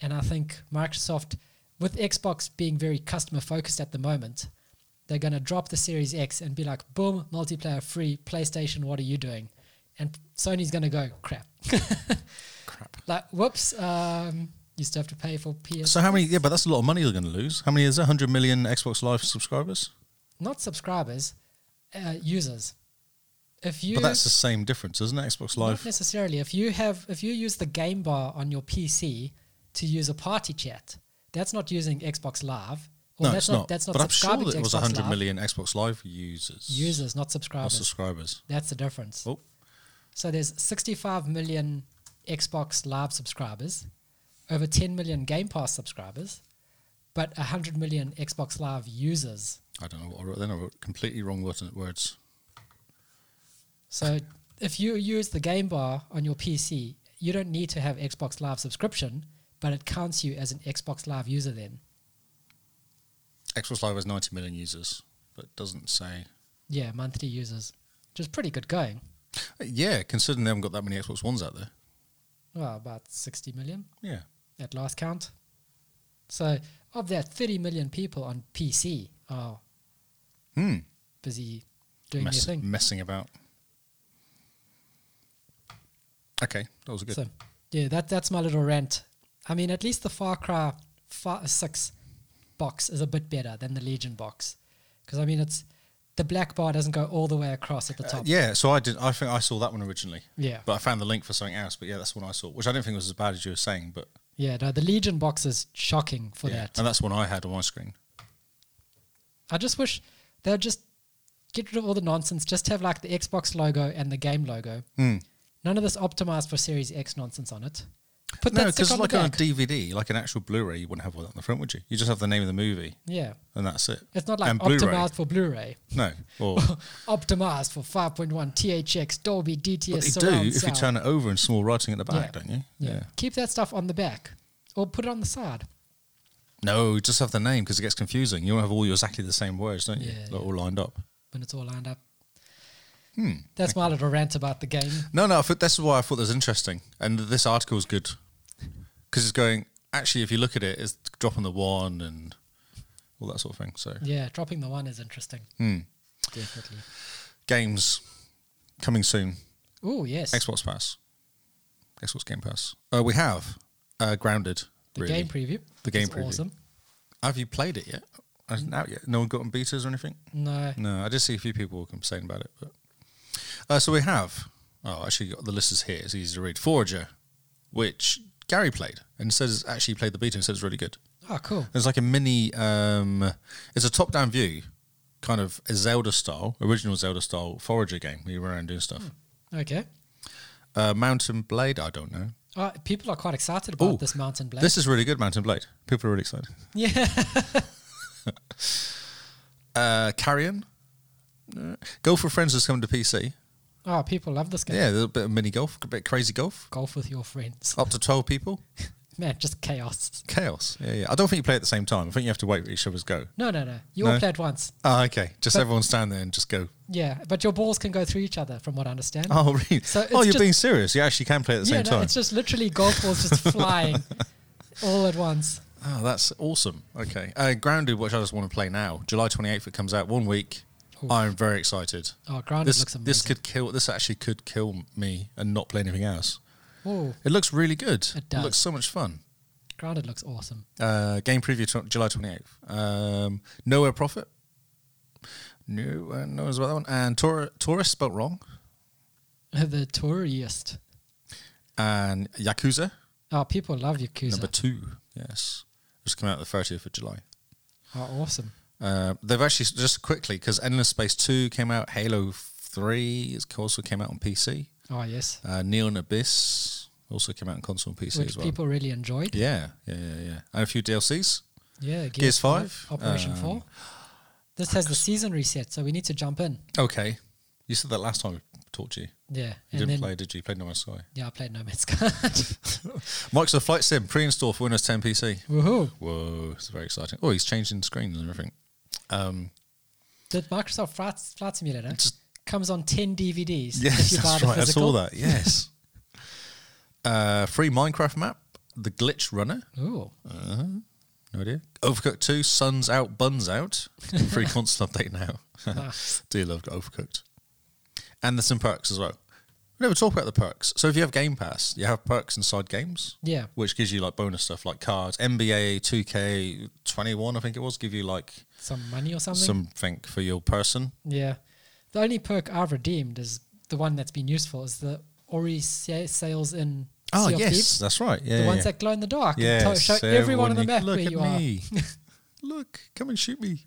S1: And I think Microsoft, with Xbox being very customer focused at the moment, they're going to drop the Series X and be like, boom, multiplayer free, PlayStation, what are you doing? And Sony's going to go, crap.
S2: Crap.
S1: Like, whoops, um, you still have to pay for PS.
S2: So how many? Yeah, but that's a lot of money you're going to lose. How many is that? 100 million Xbox Live subscribers.
S1: Not subscribers, uh, users. If you
S2: But that's the same difference, isn't it? Xbox Live.
S1: Not necessarily. If you have, if you use the game bar on your PC to use a party chat, that's not using Xbox Live. Or
S2: no,
S1: that's
S2: it's not.
S1: That's not
S2: but I'm sure
S1: subscribing
S2: that
S1: to
S2: it was
S1: Xbox
S2: 100
S1: Live.
S2: million Xbox Live users.
S1: users, not
S2: not
S1: subscribers.
S2: subscribers.
S1: that's the difference.
S2: Oh,
S1: So there's 65 million Xbox Live subscribers, over 10 million Game Pass subscribers, but 100 million Xbox Live users.
S2: I don't know what I wrote then. I wrote completely wrong word- words.
S1: So if you use the game bar on your PC, you don't need to have Xbox Live subscription, but it counts you as an Xbox Live user then.
S2: Xbox Live has 90 million users, but it doesn't say.
S1: Yeah, monthly users, which is pretty good going.
S2: Yeah, considering they haven't got that many Xbox Ones out there.
S1: Well, about 60 million
S2: Yeah.
S1: at last count. So of that, 30 million people on PC are
S2: Hmm.
S1: busy doing
S2: Mess-
S1: their thing.
S2: Messing about. Okay, that was good.
S1: So yeah, that that's my little rant. I mean, at least the Far Cry uh, fi- 6 box is a bit better than the Legion box. Because I mean, it's the black bar doesn't go all the way across at the top.
S2: Uh, Yeah, so I did. I think I saw that one originally,
S1: yeah.
S2: but I found the link for something else. But yeah, that's the one I saw, which I didn't think was as bad as you were saying. But
S1: Yeah, no, the Legion box is shocking for
S2: yeah,
S1: that.
S2: and that's the one I had on my screen.
S1: I just wish they'll just get rid of all the nonsense. Just have like the Xbox logo and the game logo. None of this optimized for Series X nonsense on it. Put
S2: no,
S1: that stick
S2: because
S1: on
S2: like
S1: the
S2: on a
S1: back.
S2: DVD, like an actual Blu-ray, you wouldn't have all that on the front, would you? You just have the name of the movie,
S1: yeah,
S2: and that's it.
S1: it's not like
S2: and
S1: optimized
S2: Blu-ray.
S1: for Blu-ray.
S2: No, or
S1: Optimized for 5.1 THX Dolby DTS
S2: but you do
S1: surround
S2: if you
S1: sound.
S2: turn it over in small writing at the back,
S1: Yeah.
S2: don't you?
S1: yeah. keep that stuff on the back or put it on the side.
S2: No, just have the name because it gets confusing. You want to have all your exactly the same words, don't you?
S1: Yeah,
S2: Like,
S1: yeah.
S2: All lined up. Hmm.
S1: when it's all lined up. That's my little rant about the game.
S2: No, no. I thought this is why I thought this was interesting, and this article is good because it's going. Actually, if you look at it, it's dropping the one and all that sort of thing. So
S1: Yeah, dropping the one is interesting.
S2: Hmm.
S1: Definitely.
S2: games coming soon.
S1: Oh, yes.
S2: Xbox Pass, Xbox Game Pass. Uh, we have uh, Grounded.
S1: the
S2: really.
S1: game preview.
S2: The game
S1: is
S2: preview.
S1: awesome.
S2: Have you played it yet? Hasn't out yet. No one gotten beaters or anything.
S1: No.
S2: No, I did see a few people complaining about it. But uh, so we have. Oh, actually, the list is here. It's easy to read. Forager, which Gary played and says actually played the beta and says it's really good.
S1: Oh, cool.
S2: There's like a mini. Um, it's a top-down view, kind of a Zelda style, original Zelda style Forager game. where You run around doing stuff.
S1: Okay.
S2: Uh, Mountain Blade. I don't know.
S1: Uh, people are quite excited about
S2: Ooh,
S1: this Mountain Blade.
S2: This is really good. Mountain Blade. People are really excited.
S1: yeah.
S2: Uh, Carrion. Uh, Golf with Friends is coming to PC.
S1: Oh, people love this game.
S2: Yeah, a little bit of mini golf, a bit of crazy golf.
S1: Golf with your friends.
S2: Up to 12 people.
S1: Man, just chaos.
S2: Chaos. Yeah, yeah. I don't think you play at the same time. I think you have to wait for each other's go.
S1: No, no, no. You
S2: No.
S1: all play at once.
S2: Ah, okay. Just
S1: But-
S2: everyone stand there and just go.
S1: Yeah, but your balls can go through each other, from what I understand.
S2: Oh, really?
S1: So it's
S2: oh, you're
S1: just-
S2: being serious. You actually can play at the
S1: yeah,
S2: same
S1: no,
S2: time.
S1: it's just literally golf balls just flying all at once.
S2: Oh, that's awesome. Okay. Uh, Grounded, which I just want to play now. July 28th, it comes out one week.
S1: Oof.
S2: I'm very excited.
S1: Oh, grounded
S2: This,
S1: looks amazing.
S2: this could kill. This actually could kill me and not play anything else.
S1: oh,
S2: It looks really good.
S1: It does.
S2: looks so much fun.
S1: grounded looks awesome.
S2: Uh, game preview tw July 28th. Um, Nowhere Profit. No, uh, no one's about that one. And Tor- Taurus, spelt wrong.
S1: the tourist.
S2: And Yakuza,
S1: Oh, people love Yakuza.
S2: number two. Yes. Just come out the 30th of July.
S1: oh, awesome.
S2: Uh, they've actually just quickly because Endless Space Two came out, Halo Three is- also came out on PC,
S1: Oh, yes.
S2: uh, Neon Abyss also came out on console and PC
S1: Which
S2: as well.
S1: people really enjoyed.
S2: Yeah, yeah, yeah, yeah, and a few DLCs.
S1: Yeah. Gears,
S2: Gears five,
S1: Operation
S2: um,
S1: 4. This has the season reset, so we need to jump in.
S2: Okay, you said that last time I talked to you.
S1: Yeah.
S2: You
S1: and
S2: didn't
S1: then,
S2: play, did you? You Played No Man's Sky.
S1: yeah, I played No Man's Sky.
S2: Microsoft Flight Sim pre-install for Windows 10 PC.
S1: Woohoo.
S2: Whoa, it's very exciting. Oh, he's changing screens and everything. Um,
S1: The Microsoft Flight, Flight Simulator
S2: Just-
S1: comes on 10 DVDs.
S2: yes,
S1: if you buy
S2: that's
S1: the
S2: right. I
S1: physical.
S2: saw that. Yes. uh, free Minecraft map, the Glitch Runner.
S1: Ooh.
S2: Uh, no idea. Overcooked 2, Sun's Out, Bun's Out. Free console update now.
S1: Nice.
S2: Do love Overcooked. And there's some perks as well. We never talk about the perks. So if you have Game Pass, you have perks inside games,
S1: Yeah.
S2: which gives you like bonus stuff like cards. NBA 2K21, I think it was, give you like
S1: Some money or something.
S2: something for your person.
S1: Yeah. The only perk I've redeemed is the one that's been useful is the Ori sa- sales in
S2: Oh,
S1: Sea of
S2: yes,
S1: Thieves.
S2: that's right. Yeah,
S1: the
S2: yeah,
S1: ones
S2: yeah.
S1: that glow in the dark
S2: Yes,
S1: and to- show everyone on the
S2: you-
S1: map
S2: look
S1: where
S2: at
S1: you are.
S2: me. look, come and shoot me.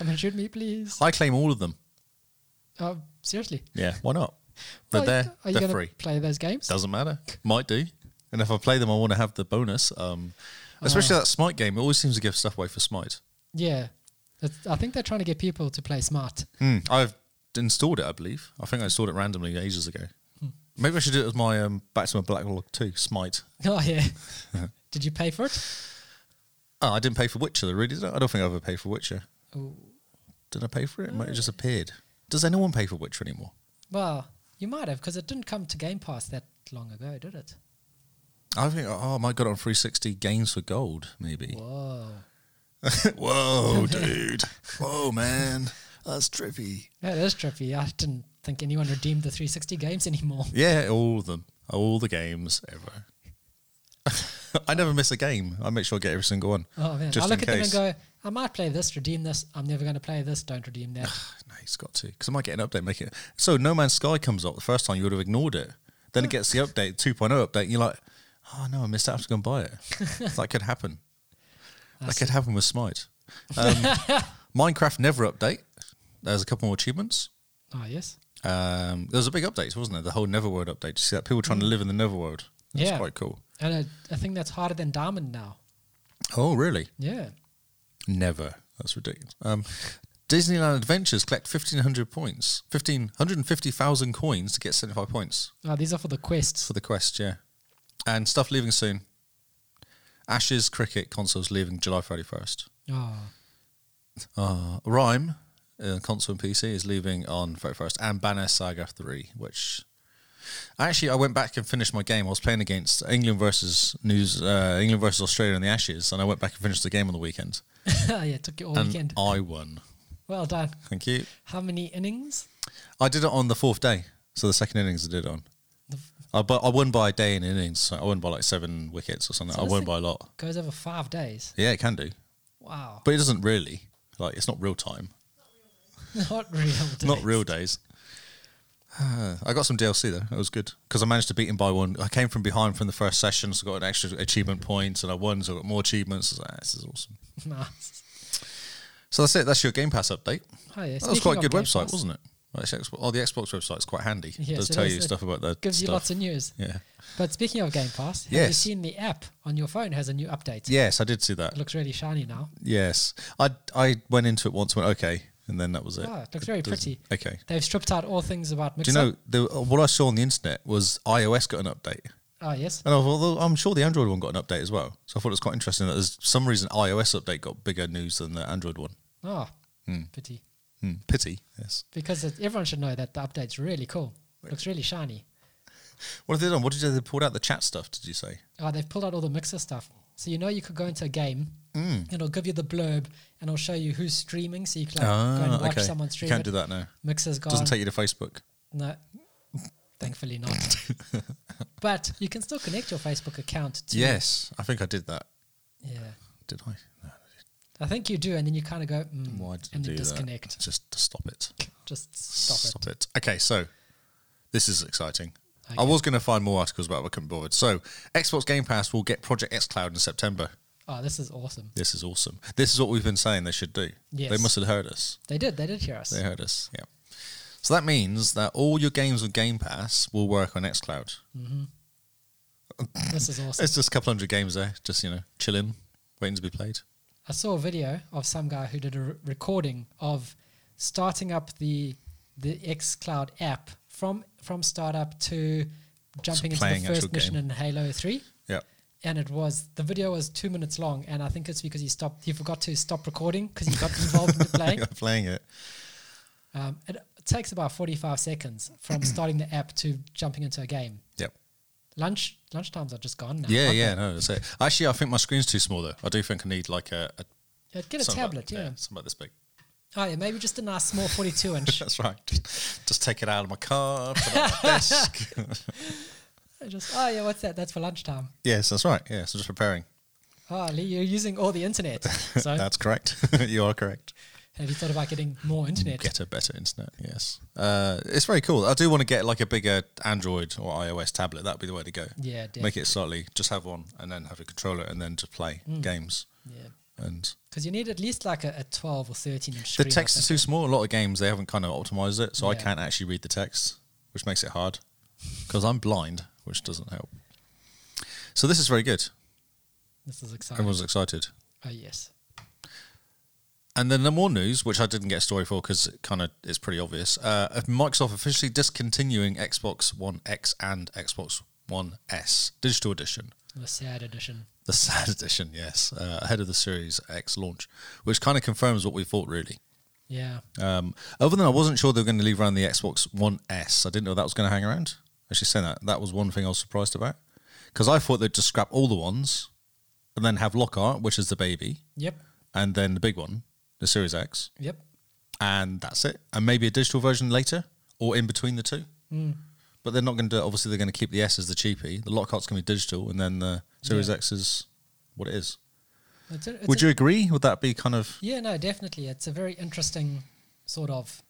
S1: I mean, shoot me, please.
S2: I claim all of them.
S1: Uh, seriously.
S2: Yeah, why not? But
S1: Are-
S2: they're,
S1: are you
S2: they're
S1: gonna
S2: free.
S1: play those games?
S2: Doesn't matter. Might do. And if I play them, I want to have the bonus. Um,
S1: Ah.
S2: especially that Smite game. It always seems to give stuff away for Smite.
S1: yeah. It's, I think they're trying to get people to play smart.
S2: I've installed it, I believe. I think I installed it randomly ages ago.
S1: Hmm.
S2: Maybe I should do it with my um, Back to my Black Hawk 2 Smite.
S1: Oh, yeah. Did you pay for it?
S2: Oh, I didn't pay for Witcher, though, really, did I? I don't think I ever paid for Witcher.
S1: Ooh.
S2: Did I pay for it? It might have just appeared. Does anyone pay for Witcher anymore?
S1: Well, you might have because it didn't come to Game Pass that long ago, did it?
S2: I think, oh, I might got it on 360 Games for Gold, maybe.
S1: Whoa.
S2: Whoa, dude. Whoa, man. That's trippy.
S1: That is trippy. I didn't think anyone redeemed the 360 games anymore.
S2: Yeah, all of them. All the games ever. I never miss a game. I make sure I get every single one.
S1: Oh man,
S2: Just
S1: I look
S2: in
S1: at
S2: case.
S1: them and go, I might play this, redeem this. I'm never going to play this. Don't redeem that.
S2: No, he's got to because I might get an update. Make it so No Man's Sky comes up the first time you would have ignored it. Then it gets the update 2.0 update. And you're like, oh no, I missed out. I have to go and buy it. that could happen. That could happen with Smite. Um, Minecraft never update. There's a couple more achievements.
S1: oh yes,
S2: Um, there was a big update, wasn't there? The whole Neverworld update. You see that people trying to live in the Neverworld. That's
S1: Yeah.
S2: quite cool.
S1: and I, I think that's harder than Diamond now.
S2: Oh, really?
S1: Yeah.
S2: Never. That's ridiculous. Um, Disneyland Adventures collect 1,500 points. 15 150,000 coins to get 75 points
S1: Oh, these are for the quests.
S2: for the quest, yeah. And stuff leaving soon. Ashes Cricket consoles leaving July 31st.
S1: Oh,
S2: Uh, Rhyme, uh, console and PC, is leaving on 31st. And Banner Saga 3, which. Actually, I went back and finished my game. I was playing against England versus News, uh, England versus Australia in the Ashes, and I went back and finished the game on the weekend.
S1: yeah, it took you all
S2: and
S1: weekend.
S2: I won.
S1: Well done.
S2: Thank you.
S1: How many innings?
S2: I did it on the fourth day, so the second innings I did it on. I but I won by a day in innings. So I won by like seven wickets or something.
S1: So
S2: I
S1: this
S2: won
S1: thing-
S2: by a lot.
S1: Goes over five days.
S2: Yeah, it can do,
S1: Wow.
S2: but it doesn't really. Like it's not real time.
S1: Not real. Days.
S2: It's Not real days. Uh, I got some DLC though. It was good because I managed to beat him by one. I came from behind from the first session, so I got an extra achievement point, and I won, so I got more achievements. I was like, "Ah, this is awesome.
S1: Nice.
S2: So that's it. That's your Game Pass update.
S1: Oh, yeah.
S2: That was
S1: speaking
S2: quite a
S1: of
S2: good
S1: Game
S2: website,
S1: Pass,
S2: wasn't it? Like, it's Xbox- Oh, the Xbox website's quite handy.
S1: Yeah,
S2: it does
S1: so
S2: tell
S1: there's-
S2: you
S1: it
S2: stuff about that.
S1: Gives
S2: stuff.
S1: you lots of news.
S2: Yeah.
S1: But speaking of Game Pass, have you
S2: Yes.
S1: seen the app on your phone has a new update?
S2: Yes, I did see that.
S1: It looks really shiny now.
S2: Yes, I I went into it once, went okay, and then that was it.
S1: Oh, it looks very pretty.
S2: doesn't- Okay.
S1: They've stripped out all things about
S2: Do
S1: Mixer.
S2: you know the, uh, what I saw on the internet was iOS got an update,
S1: Oh, yes.
S2: and I thought, although I'm sure the Android one got an update as well. So I thought it was quite interesting that there's some reason iOS update got bigger news than the Android one.
S1: Oh, pity.
S2: Hmm, pity. Yes.
S1: Because it, everyone should know that the update's really cool. Looks really shiny.
S2: What have they done? What did you, they pulled out the chat stuff? Did you say?
S1: Oh, they've pulled out all the Mixer stuff. So you know you could go into a game,
S2: Hmm.
S1: and it'll give you the blurb, and it'll show you who's streaming, so you can like, go and
S2: Ah,
S1: watch
S2: okay.
S1: someone
S2: You
S1: stream
S2: can't
S1: it.
S2: do that now.
S1: Mixer's gone.
S2: Doesn't take you to Facebook.
S1: No, thankfully not. but you can still connect your Facebook account to.
S2: Yes, I think I did that.
S1: Yeah.
S2: Did I? No.
S1: I think you do, and then you kind of go, mm,
S2: Why did I
S1: and then
S2: do
S1: disconnect.
S2: that? Just stop it.
S1: Just stop, it.
S2: Okay, so this is exciting. I
S1: Okay.
S2: was going to find more articles about it, but I couldn't be bothered. So, Xbox Game Pass will get Project X Cloud in September.
S1: Oh, this is awesome.
S2: This is awesome. This is what we've been saying they should do.
S1: Yes.
S2: They must have heard us.
S1: They did. They did hear us.
S2: They heard us. Yeah. So that means that all your games with Game Pass will work on XCloud.
S1: This is awesome.
S2: It's just a couple hundred games there, just you know, chilling, waiting to be played.
S1: I saw a video of some guy who did a re- recording of starting up the the XCloud app from from startup to jumping into
S2: playing
S1: the first
S2: actual
S1: mission
S2: game.
S1: in Halo Three.
S2: Yeah.
S1: and it was the video was two minutes long, and I think it's because he stopped. He forgot to stop recording because he got involved in the playing.
S2: playing it.
S1: Um, it takes about forty-five seconds from starting the app to jumping into a game.
S2: Yep.
S1: Lunch lunchtimes are just gone now.
S2: Yeah, yeah, no, that's it. Actually, I think my screen's too small though. I do think I need like a, a
S1: Yeah, get a
S2: something about-
S1: tablet. Yeah.
S2: something like this big.
S1: Oh yeah, maybe just a nice small forty-two inch.
S2: That's right. Just, just take it out of my car, put it on my desk.
S1: just oh yeah, what's that? That's for lunchtime.
S2: yes, that's right. Yeah, so just preparing.
S1: Oh, Lee, you're using all the internet. So
S2: That's correct. you are correct.
S1: have you thought about getting more internet?
S2: Mm, Get a better internet. Yes, uh, it's very cool. I do want to get like a bigger Android or iOS tablet. That'd be the way to go.
S1: Yeah,
S2: Make it slightly. Just have one, and then have a controller, and then to play
S1: Mm.
S2: games.
S1: Yeah,
S2: And
S1: because you need at least like a, a twelve or thirteen inch. Screen,
S2: the
S1: I
S2: text
S1: think.
S2: is too small. A lot of games they haven't kind of optimized it, so I
S1: Yeah.
S2: can't actually read the text, which makes it hard because I'm blind, which doesn't help. So this is very good.
S1: This is exciting.
S2: Everyone's excited.
S1: Oh yes.
S2: And then the more news, which I didn't get a story for because it kind of is pretty obvious. Uh, of Microsoft officially discontinuing Xbox One X and Xbox One S Digital Edition,
S1: The sad edition.
S2: the sad edition, yes, uh, ahead of the Series X launch, which kind of confirms what we thought really.
S1: Yeah.
S2: Um, other than I wasn't sure they were going to leave around the Xbox One S. I didn't know that was going to hang around. Actually, saying that, that was one thing I was surprised about because I thought they'd just scrap all the ones and then have Lockhart, which is the baby,
S1: Yep.
S2: and then the big one, the Series X
S1: Yep.
S2: and that's it. And maybe a digital version later or in between
S1: Mm.
S2: the two. But they're not going to do it. Obviously, they're going to keep the S as the cheapy. The Lockhart's going to be digital, and then the Series
S1: Yeah.
S2: X is what it is.
S1: It's a- it's
S2: Would
S1: a-
S2: you agree? Would that be kind of
S1: Yeah, no, definitely. It's a very interesting sort of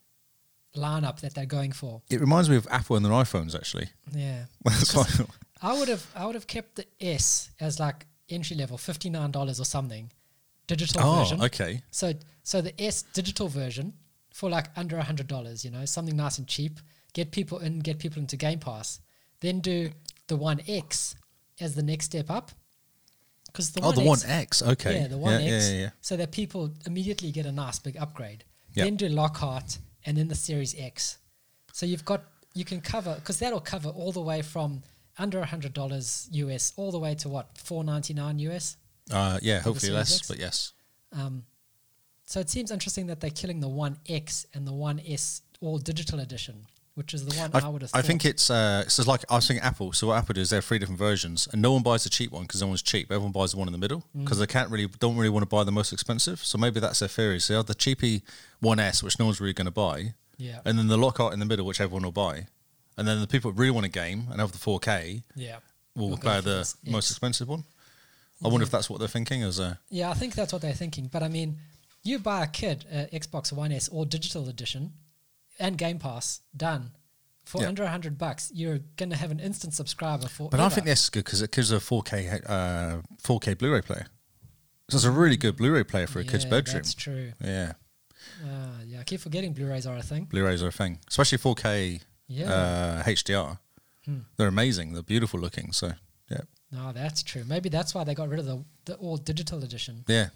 S1: lineup that they're going for.
S2: It reminds me of Apple and their iPhones, actually.
S1: Yeah.
S2: That's why
S1: I would have I would have kept the S as like entry level, fifty nine dollars or something, digital
S2: oh,
S1: version.
S2: okay.
S1: So so the S digital version for like under a hundred dollars, you know, something nice and cheap. Get people in, get people into Game Pass. Then do the One X as the next step up. Because the
S2: oh,
S1: One
S2: the
S1: X,
S2: One X. Okay.
S1: yeah, the One
S2: yeah,
S1: X,
S2: Yeah, yeah,
S1: so that people immediately get a nice big upgrade.
S2: Yeah.
S1: Then do Lockhart and then the Series X. So you've got you can cover because that'll cover all the way from under hundred dollars US all the way to what four ninety nine US.
S2: yeah. Uh, yeah, hopefully
S1: Series
S2: less,
S1: X?
S2: but yes.
S1: Um, so it seems interesting that they're killing the One X and the One S all digital edition, which is the one I,
S2: I,
S1: would have.
S2: I
S1: thought-
S2: think it's uh, so it's like I was thinking Apple. So what Apple do is they have three different versions, and no one buys the cheap one because no one's cheap. Everyone buys the one in the middle
S1: Mm.
S2: because they can't really don't really want to buy the most expensive. So maybe that's their theory. So they have the cheapy One S, which no one's really going to buy,
S1: yeah,
S2: and then the Lockhart in the middle, which everyone will buy, and then the people that really want a game and have the 4K
S1: yeah,
S2: will
S1: Will go
S2: buy
S1: for
S2: the
S1: this
S2: most
S1: X.
S2: expensive one. I wonder if that's what they're thinking. As a
S1: yeah. I think that's what they're thinking. But I mean, you buy a kid uh, Xbox One S or digital edition and Game Pass, done for
S2: Yeah.
S1: under a hundred bucks. You're gonna have an instant subscriber for.
S2: But I think that's good because it gives a 4K uh, 4K Blu-ray player. So it's a really good Blu-ray player for a kid's bedroom.
S1: That's true.
S2: Yeah,
S1: Uh, yeah, I keep forgetting Blu-rays are a thing.
S2: Blu-rays are a thing, especially 4K
S1: Yeah. Hmm.
S2: uh, HDR. They're amazing. They're beautiful looking. So yeah,
S1: No, that's true. Maybe that's why they got rid of the, the all digital edition.
S2: yeah.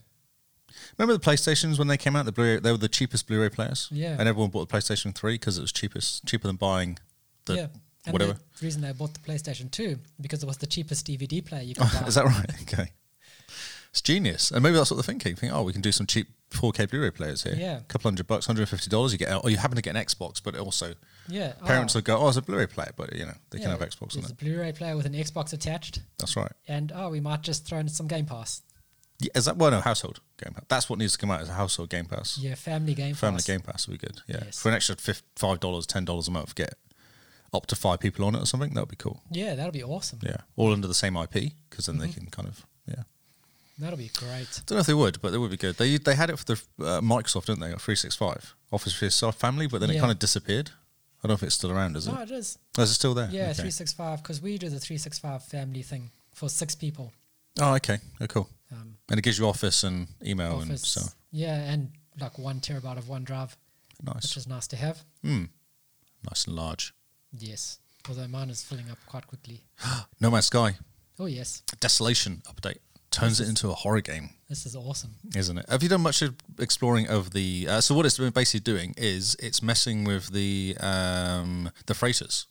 S2: Remember the PlayStations when they came out? The Blu-ray they were the cheapest Blu-ray players.
S1: Yeah.
S2: and everyone bought the PlayStation Three because it was cheapest, cheaper than buying the
S1: yeah. And
S2: whatever.
S1: The reason they bought the PlayStation 2 because it was the cheapest DVD player you could buy.
S2: Is that right? Okay. It's genius. And maybe that's what they're thinking. Think, oh, we can do some cheap 4K Blu-ray players here.
S1: Yeah.
S2: A couple hundred bucks, hundred and fifty dollars you get out. Or you happen to get an Xbox, but also
S1: yeah. oh,
S2: parents will go, Oh, it's a Blu-ray player, but you know, they
S1: yeah,
S2: can have Xbox on
S1: there's
S2: it.
S1: a Blu-ray player with an Xbox attached,
S2: That's right.
S1: and oh, we might just throw in some Game Pass.
S2: Yeah, is that well no household game pass. That's what needs to come out as a household game pass.
S1: Yeah, family Game
S2: Family
S1: Pass.
S2: game pass would be good. Yeah.
S1: Yes.
S2: For an extra fif- five dollars, ten dollars a month, get up to five people on it or something, that would be cool.
S1: Yeah, that'll be awesome.
S2: Yeah. All under the same IP, because
S1: Mm-hmm.
S2: then they can kind of yeah.
S1: That'll be great.
S2: don't know if they would, but they would be good. They they had it for the uh, Microsoft, didn't they? Got 365 Office 365 family, but then it
S1: Yeah.
S2: kind of disappeared. I don't know if it's still around, is it?
S1: No, it is.
S2: Oh, is it still there?
S1: Yeah,
S2: Okay.
S1: 365 because we do the 365 family thing for six people.
S2: Oh, okay. Oh, cool.
S1: Um,
S2: And it gives you Office and email Oh, and
S1: office.
S2: so
S1: Yeah, and like one terabyte of OneDrive, which
S2: nice,
S1: is nice to have.
S2: mm. nice and large.
S1: Yes, although mine is filling up quite quickly.
S2: No Man's Sky
S1: Oh yes,
S2: Desolation update turns it into a horror game.
S1: this is awesome.
S2: isn't it? Have you done much of exploring of the? Uh, so what it's been basically doing is it's messing with the um, the freighters,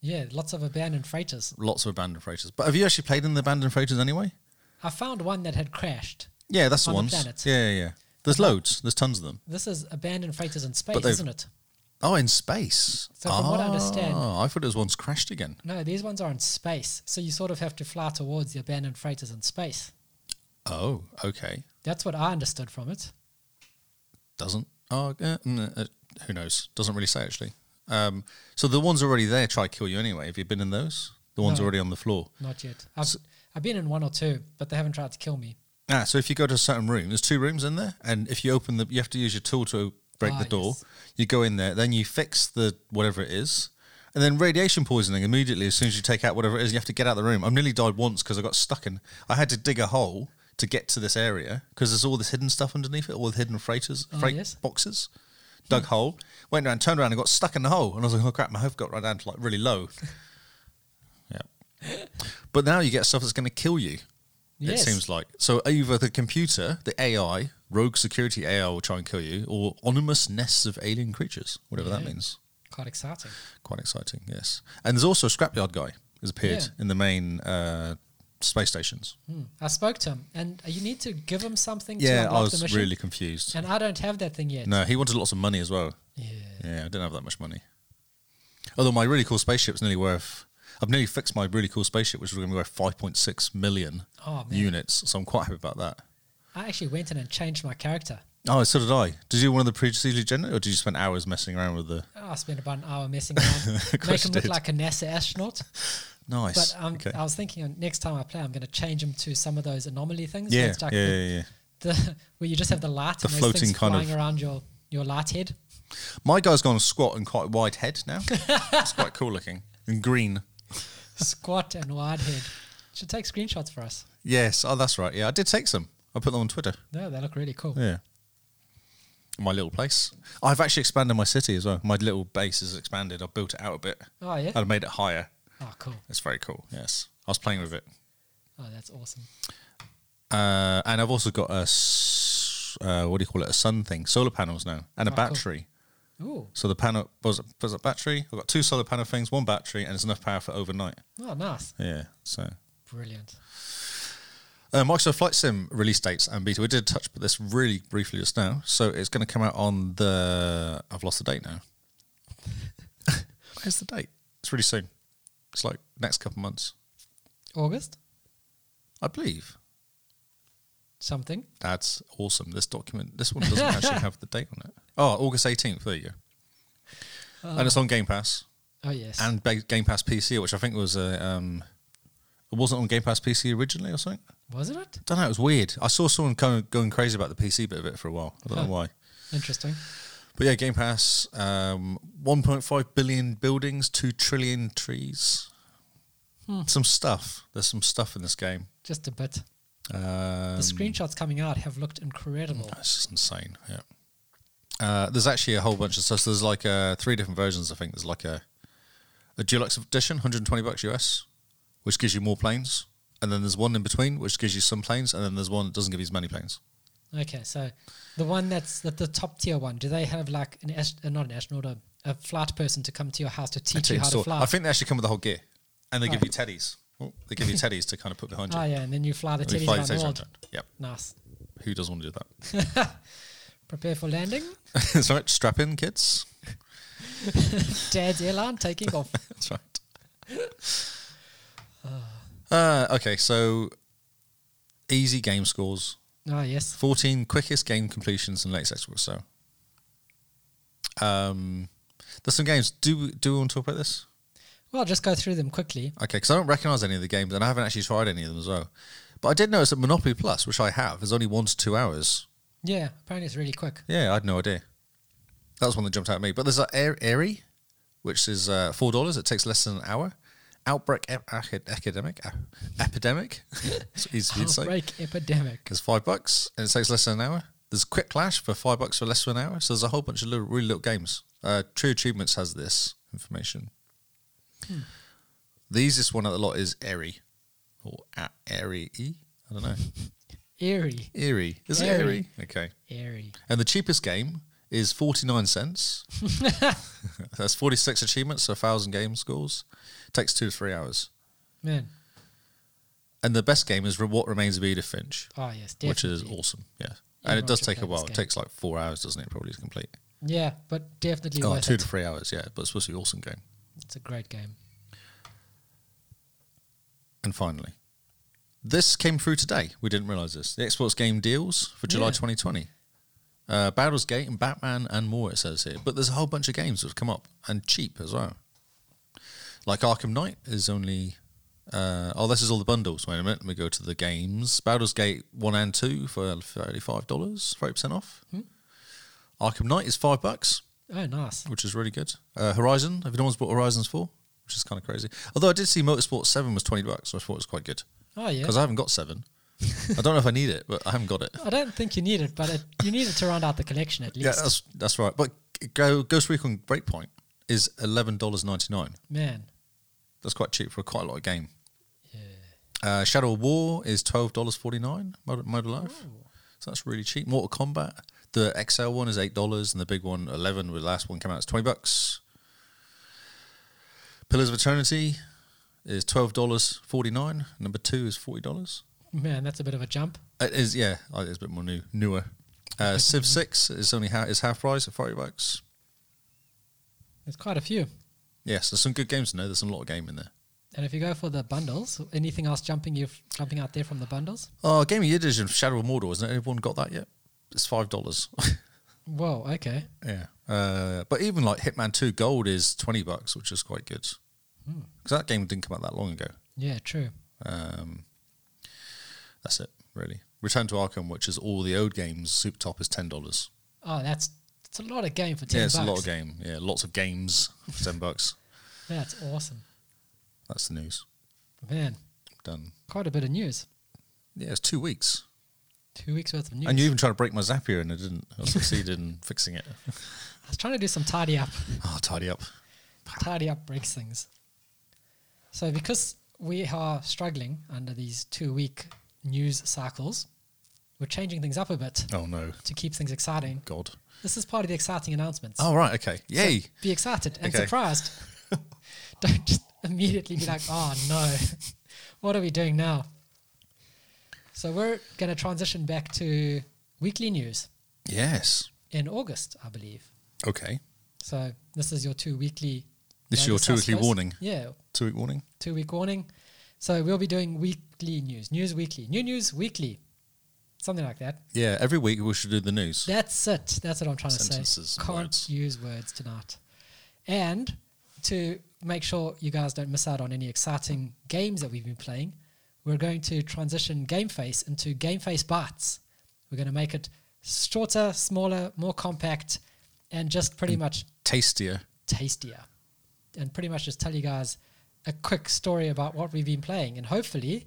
S1: Yeah, lots of abandoned freighters.
S2: lots of abandoned freighters. But have you actually played in the abandoned freighters anyway?
S1: I found one that had crashed.
S2: Yeah, that's the
S1: on the
S2: ones.
S1: planet.
S2: Yeah, yeah, yeah. There's loads. There's tons of them.
S1: This is abandoned freighters in space,
S2: But they've-
S1: isn't it?
S2: Oh, in space.
S1: So from what I understand-
S2: Ah, I thought it was ones crashed again.
S1: No, these ones are in space, so you sort of have to fly towards the abandoned freighters in space.
S2: Oh, okay.
S1: That's what I understood from it.
S2: Doesn't. Oh, uh, mm, uh, who knows? Doesn't really say actually. Um, so the ones already there try to kill you anyway. Have you been in those? The ones
S1: No.
S2: already on the floor.
S1: Not yet. I've I've been in one or two, but they haven't tried to kill me.
S2: Ah, so if you go to a certain room, there's two rooms in there, and if you open the, you have to use your tool to break
S1: Ah,
S2: the door.
S1: yes.
S2: You go in there, then you fix the whatever it is, and then radiation poisoning immediately as soon as you take out whatever it is. You have to get out of the room. I nearly died once because I got stuck in. I had to dig a hole to get to this area because there's all this hidden stuff underneath it, all the hidden freighters,
S1: Ah,
S2: freight
S1: yes. Hmm.
S2: boxes. Dug hole, went around, turned around, and got stuck in the hole. And I was like, "Oh crap!" My hoof got right down to like really low. yeah, but now you get stuff that's going to kill you.
S1: Yes.
S2: It seems like so either the computer, the AI, rogue security AI will try and kill you, or ominous nests of alien creatures, whatever that
S1: Yeah.
S2: means.
S1: Quite exciting.
S2: Quite exciting, yes. And there's also a scrapyard guy who's appeared
S1: Yeah.
S2: in the main uh, space stations.
S1: Hmm. I spoke to him, and you need to give him something. to
S2: yeah, I
S1: unlock the
S2: was
S1: mission,
S2: really confused.
S1: And I don't have that thing yet.
S2: No, he wanted lots of money as well.
S1: Yeah.
S2: Yeah, I didn't have that much money. Although my really cool spaceship's nearly worth. I've nearly fixed my really cool spaceship, which was going to be worth 5.6 million
S1: Oh man,
S2: units. So I'm quite happy about that.
S1: I actually went in and changed my character.
S2: Oh, so did I. Did you do one of the previously generated, or did you spend hours messing around with the?
S1: Oh, I spent about an hour messing around,
S2: course
S1: make
S2: you
S1: him look
S2: did.
S1: like a NASA astronaut.
S2: Nice.
S1: But um,
S2: okay.
S1: I was thinking uh, next time I play, I'm going to change them to some of those anomaly things. So
S2: yeah,
S1: it's like
S2: yeah,
S1: the-
S2: yeah, yeah.
S1: the where you just have the light
S2: The
S1: and those
S2: floating
S1: things
S2: kind of-
S1: flying around your your light head.
S2: My guy's got a squat and quite wide head now. it's quite cool looking and green.
S1: Squat and wide head. Should take screenshots for us.
S2: Yes, oh, that's right. Yeah, I did take some. I put them on Twitter.
S1: No, they look really cool.
S2: Yeah. My little place. I've actually expanded my city as well. My little base has expanded. I've built it out a bit.
S1: Oh yeah.
S2: I've made it higher.
S1: Oh cool.
S2: It's very cool. Yes. I was playing with it.
S1: Oh that's awesome.
S2: Uh, and I've also got a, s- uh, what do you call it, a sun thing, solar panels now, and a
S1: Oh, cool.
S2: battery.
S1: Ooh.
S2: So the panel, was it, was it battery? I've got two solar panel things, one battery, and it's enough power for overnight.
S1: Oh nice.
S2: Yeah. So
S1: Brilliant.
S2: Uh, Microsoft Flight Sim release dates and beta. We did touch this really briefly just now, so it's going to come out on the. I've lost the date now. Where's the date? It's really soon. It's like next couple months,
S1: August
S2: I believe.
S1: something.
S2: That's awesome. This document, this one doesn't actually have the date on it. Oh, August eighteenth. There you go. and it's on Game Pass
S1: Oh yes.
S2: and ba- Game Pass PC, which I think was a. Um, it wasn't on Game Pass PC originally or something.
S1: Wasn't it?
S2: don't know. It was weird. I saw someone kind of going crazy about the PC bit of it for a while. I don't
S1: Huh.
S2: know why.
S1: Interesting.
S2: But yeah, Game Pass, um, 1.5 billion buildings, 2 trillion trees.
S1: Hmm.
S2: Some stuff. There's some stuff in this game.
S1: Just a bit.
S2: Um,
S1: The screenshots coming out have looked incredible.
S2: It's just insane. Yeah. Uh, there's actually a whole bunch of stuff. So there's like uh, three different versions, I think. There's like a, a deluxe edition, 120 bucks US, which gives you more planes. And then there's one in between, which gives you some planes. And then there's one that doesn't give you as many planes.
S1: Okay, so the one that's the, the top tier one. Do they have like an ast- uh, not an astronaut, a, a flight person to come to your house to teach you
S2: Team
S1: how to
S2: store.
S1: fly?
S2: I think they actually come with the whole gear. And they give
S1: Oh.
S2: you teddies. Oh, they give you teddies to kind of put behind you.
S1: oh yeah, and then you fly the
S2: We
S1: teddies
S2: fly
S1: around
S2: the
S1: the
S2: teddies
S1: world.
S2: around. Yep.
S1: Nice.
S2: Who doesn't want to do that?
S1: Prepare for landing.
S2: That's right. Strap in, kids.
S1: Dad's airline taking off.
S2: That's right. Uh, okay, so easy game scores.
S1: Oh yes.
S2: 14 quickest game completions in latest Xbox. So, um, there's some games. Do do we want to talk about this?
S1: Well, just go through them quickly.
S2: Okay, because I don't recognise any of the games, and I haven't actually tried any of them as well. But I did notice that Monopoly Plus, which I have, is only one to two hours.
S1: Yeah, apparently it's really quick.
S2: Yeah, I had no idea. That was one that jumped out at me. But there's a Air- Airy, which is uh, four dollars. It takes less than an hour. Outbreak ep- ac- academic uh, epidemic. it's easy for you to say.
S1: Outbreak epidemic.
S2: It's five bucks and it takes less than an hour. There's Quick Clash for five bucks for less than an hour. So there's a whole bunch of little, really little games. Uh, True Achievements has this information. The easiest one out of the lot is Airy, or a- Airy E. I don't know.
S1: Eerie.
S2: Eerie. Is it
S1: Airy.
S2: Airy? Okay.
S1: Eerie.
S2: And the cheapest game is 49 cents. That's 46 achievements, so 1,000 game scores. Takes two to three hours.
S1: Man.
S2: And the best game is Re- What Remains of Edith Finch,
S1: Oh yes,
S2: which
S1: definitely.
S2: is awesome. Yeah.
S1: Everyone
S2: and it does
S1: should
S2: take a
S1: play this
S2: while. It
S1: game.
S2: takes like four hours, doesn't it? Probably to complete.
S1: Yeah, but definitely
S2: Oh,
S1: worth
S2: two
S1: it.
S2: to three hours, yeah. But it's supposed to be an awesome game.
S1: It's a great game.
S2: And finally, this came through today. We didn't realize this. The Xbox game deals for July
S1: Yeah.
S2: 2020. Uh, Baldur's Gate and Batman and more, it says here. But there's a whole bunch of games that have come up and cheap as well. Like Arkham Knight is only. Uh, oh, this is all the bundles. Wait a minute. Let me go to the games. Baldur's Gate 1 and 2 for $35, 30% off. Arkham Knight is 5 bucks
S1: Oh nice.
S2: which is really good. Uh, Horizon, have you no one's bought Horizons 4? Which is kind of crazy. Although I did see Motorsport 7 was 20 bucks, so I thought it was quite good.
S1: Oh yeah.
S2: Because I haven't got 7. I don't know if I need it, but I haven't got it.
S1: I don't think you need it, but it, you need it to round out the collection at least.
S2: Yeah, that's, that's right. But Go- Ghost Recon Breakpoint is $11.99.
S1: Man.
S2: That's quite cheap for quite a lot of game.
S1: Yeah.
S2: Uh, Shadow of War is $12.49, Mode, Mode of Life. So that's really cheap. Mortal Kombat, the XL one is $8, and the big one, 11 with the last one came out, is 20 bucks. Pillars of Eternity is $12.49. Number two is $40.
S1: Man, that's a bit of a jump.
S2: It is, yeah, oh, it's a bit more new, newer. Uh, Civ 6 is only ha- is half price at 40 bucks.
S1: There's quite a few.
S2: Yes, there's some good games in there. There's some lot of game in there.
S1: And if you go for the bundles, anything else jumping you jumping out there from the bundles?
S2: Oh, Game of Year Edition for Shadow of Mordor, isn't it? Anyone got that yet? It's $5.
S1: Whoa, okay.
S2: Yeah. Uh, but even like Hitman 2 Gold is 20 bucks, which is quite good.
S1: Hmm.
S2: because that game didn't come out that long ago.
S1: Yeah, true.
S2: Um, that's it, really. Return to Arkham, which is all the old games. Soup Top is ten dollars.
S1: Oh, that's it's a lot of game for ten
S2: Yeah, it's
S1: bucks.
S2: a lot of game. Yeah, lots of games for ten bucks.
S1: That's awesome,
S2: That's the news.
S1: man.
S2: Done.
S1: Quite a bit of news.
S2: Yeah, it's two weeks.
S1: Two weeks worth of news.
S2: And you even tried to break my Zapier, and I didn't. I succeeded in fixing it.
S1: I was trying to do some tidy up.
S2: Oh, tidy up.
S1: tidy up breaks things. So because we are struggling under these two week news cycles, we're changing things up a bit
S2: Oh no,
S1: to keep things exciting.
S2: God.
S1: This is part of the exciting announcements.
S2: Oh right, okay. Yay.
S1: Be excited and
S2: Okay.
S1: surprised. Don't just immediately be like, oh no, what are we doing now? So we're going to transition back to weekly news
S2: yes.
S1: in August, I believe.
S2: Okay.
S1: So this is your two weekly.
S2: This is your
S1: notice, I
S2: two weekly
S1: suppose.
S2: warning.
S1: Yeah,
S2: Two week warning.
S1: two week warning. So we'll be doing weekly news, news weekly, new news weekly, something like that.
S2: Yeah. Every week we should do the news.
S1: That's it. That's what I'm trying
S2: Sentences
S1: to
S2: and
S1: say. Can't
S2: words.
S1: use words tonight. And to make sure you guys don't miss out on any exciting games that we've been playing, we're going to transition Game Face into Game Face Bites. We're going to make it shorter, smaller, more compact, and just pretty much
S2: Tastier.
S1: tastier and pretty much just tell you guys a quick story about what we've been playing and hopefully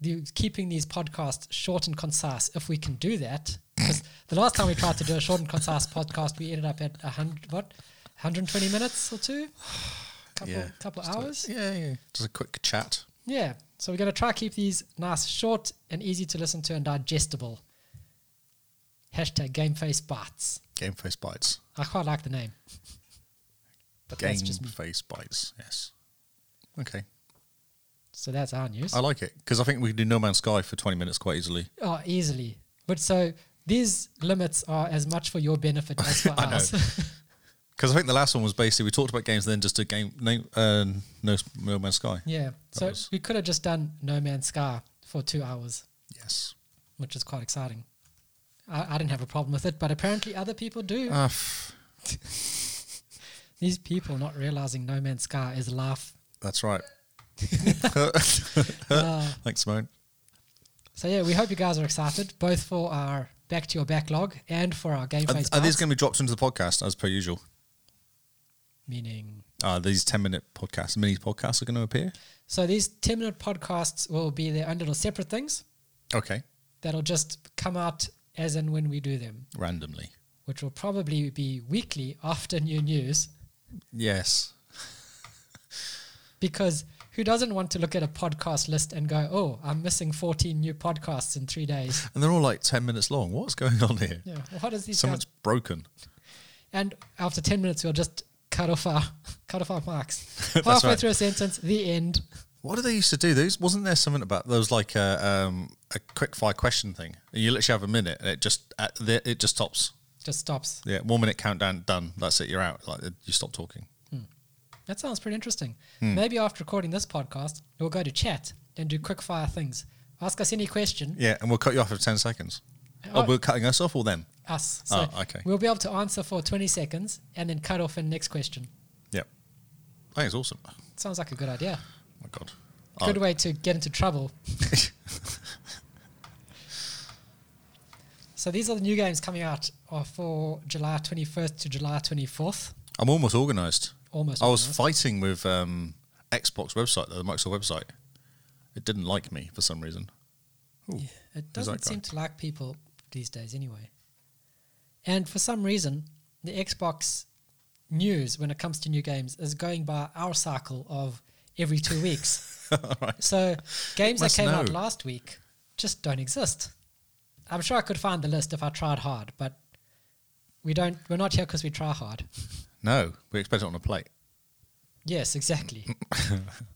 S1: the, keeping these podcasts short and concise if we can do that because the last time we tried to do a short and concise podcast we ended up at 100 what 120 minutes or two couple
S2: Yeah,
S1: couple
S2: Just a-
S1: hours
S2: yeah, yeah. Just a quick chat.
S1: yeah so we're going to try keep these nice short and easy to listen to and digestible hashtag game face bites
S2: Game face bites.
S1: i quite like the name but
S2: Game
S1: that's just me
S2: face bites. Yes. Okay.
S1: so that's our news
S2: I like it because I think we can do No Man's Sky for 20 minutes quite easily.
S1: Oh, easily. But so these limits are as much for your benefit as for
S2: I know.
S1: ours.
S2: Because I think the last one was basically we talked about games, then just a game name. Uh, no, no Man's Sky.
S1: yeah. So
S2: was-
S1: we could have just done No Man's Sky for two hours,
S2: Yes.
S1: which is quite exciting. I, I didn't have a problem with it, but apparently other people do.
S2: Ah, pff,
S1: These people not realizing No Man's Sky is life.
S2: that's right.
S1: Uh,
S2: Thanks, Simone.
S1: so yeah, we hope you guys are excited, both for our Back to Your Backlog and for our Game
S2: Are,
S1: Face
S2: are these
S1: Bites,
S2: going to be dropped into the podcast as per usual?
S1: meaning
S2: Uh, these 10 minute podcasts, mini podcasts are going to appear?
S1: so these 10 minute podcasts will be their own little separate things
S2: Okay.
S1: that'll just come out as and when we do them.
S2: Randomly.
S1: which will probably be weekly after new news
S2: Yes.
S1: because who doesn't want to look at a podcast list and go, oh, I'm missing 14 new podcasts in three days?
S2: And they're all like 10 minutes long. What's going on here?
S1: Yeah, what is these
S2: Someone's
S1: guys?
S2: broken.
S1: And after 10 minutes, we'll just cut off our cut off our marks.
S2: That's
S1: Halfway
S2: right.
S1: through a sentence, the end.
S2: What did they used to do? Those wasn't there something about those like a, um, a quick fire question thing? And you literally have a minute, and it just at the, it just stops.
S1: Just stops.
S2: Yeah, one minute countdown, done. That's it. You're out. Like you stop talking.
S1: That sounds pretty interesting.
S2: Hmm.
S1: Maybe after recording this podcast, we'll go to chat and do quick fire things. Ask us any question.
S2: Yeah, and we'll cut you off after ten seconds. Oh,
S1: Oh.
S2: we're cutting us off or them?
S1: Us. So
S2: Oh, okay.
S1: We'll be able to answer for 20 seconds and then cut off in next question.
S2: Yep. I think it's awesome. Oh,
S1: Sounds like a good idea.
S2: my god.
S1: Good
S2: Oh,
S1: way to get into trouble. so these are the new games coming out uh, for July 21st to July 24th.
S2: I'm almost organised.
S1: Almost.
S2: I was
S1: organised.
S2: fighting with um, Xbox website though, the Microsoft website. It didn't like me for some reason. Ooh.
S1: it
S2: Who's that
S1: doesn't
S2: guy?
S1: seem to like people these days anyway. And for some reason, the Xbox news when it comes to new games is going by our cycle of every two weeks.
S2: All right.
S1: So games that
S2: must
S1: came out
S2: know.
S1: last week just don't exist. I'm sure I could find the list if I tried hard, but we don't. We're not here because we try hard.
S2: No, we expect it on a plate.
S1: Yes, exactly.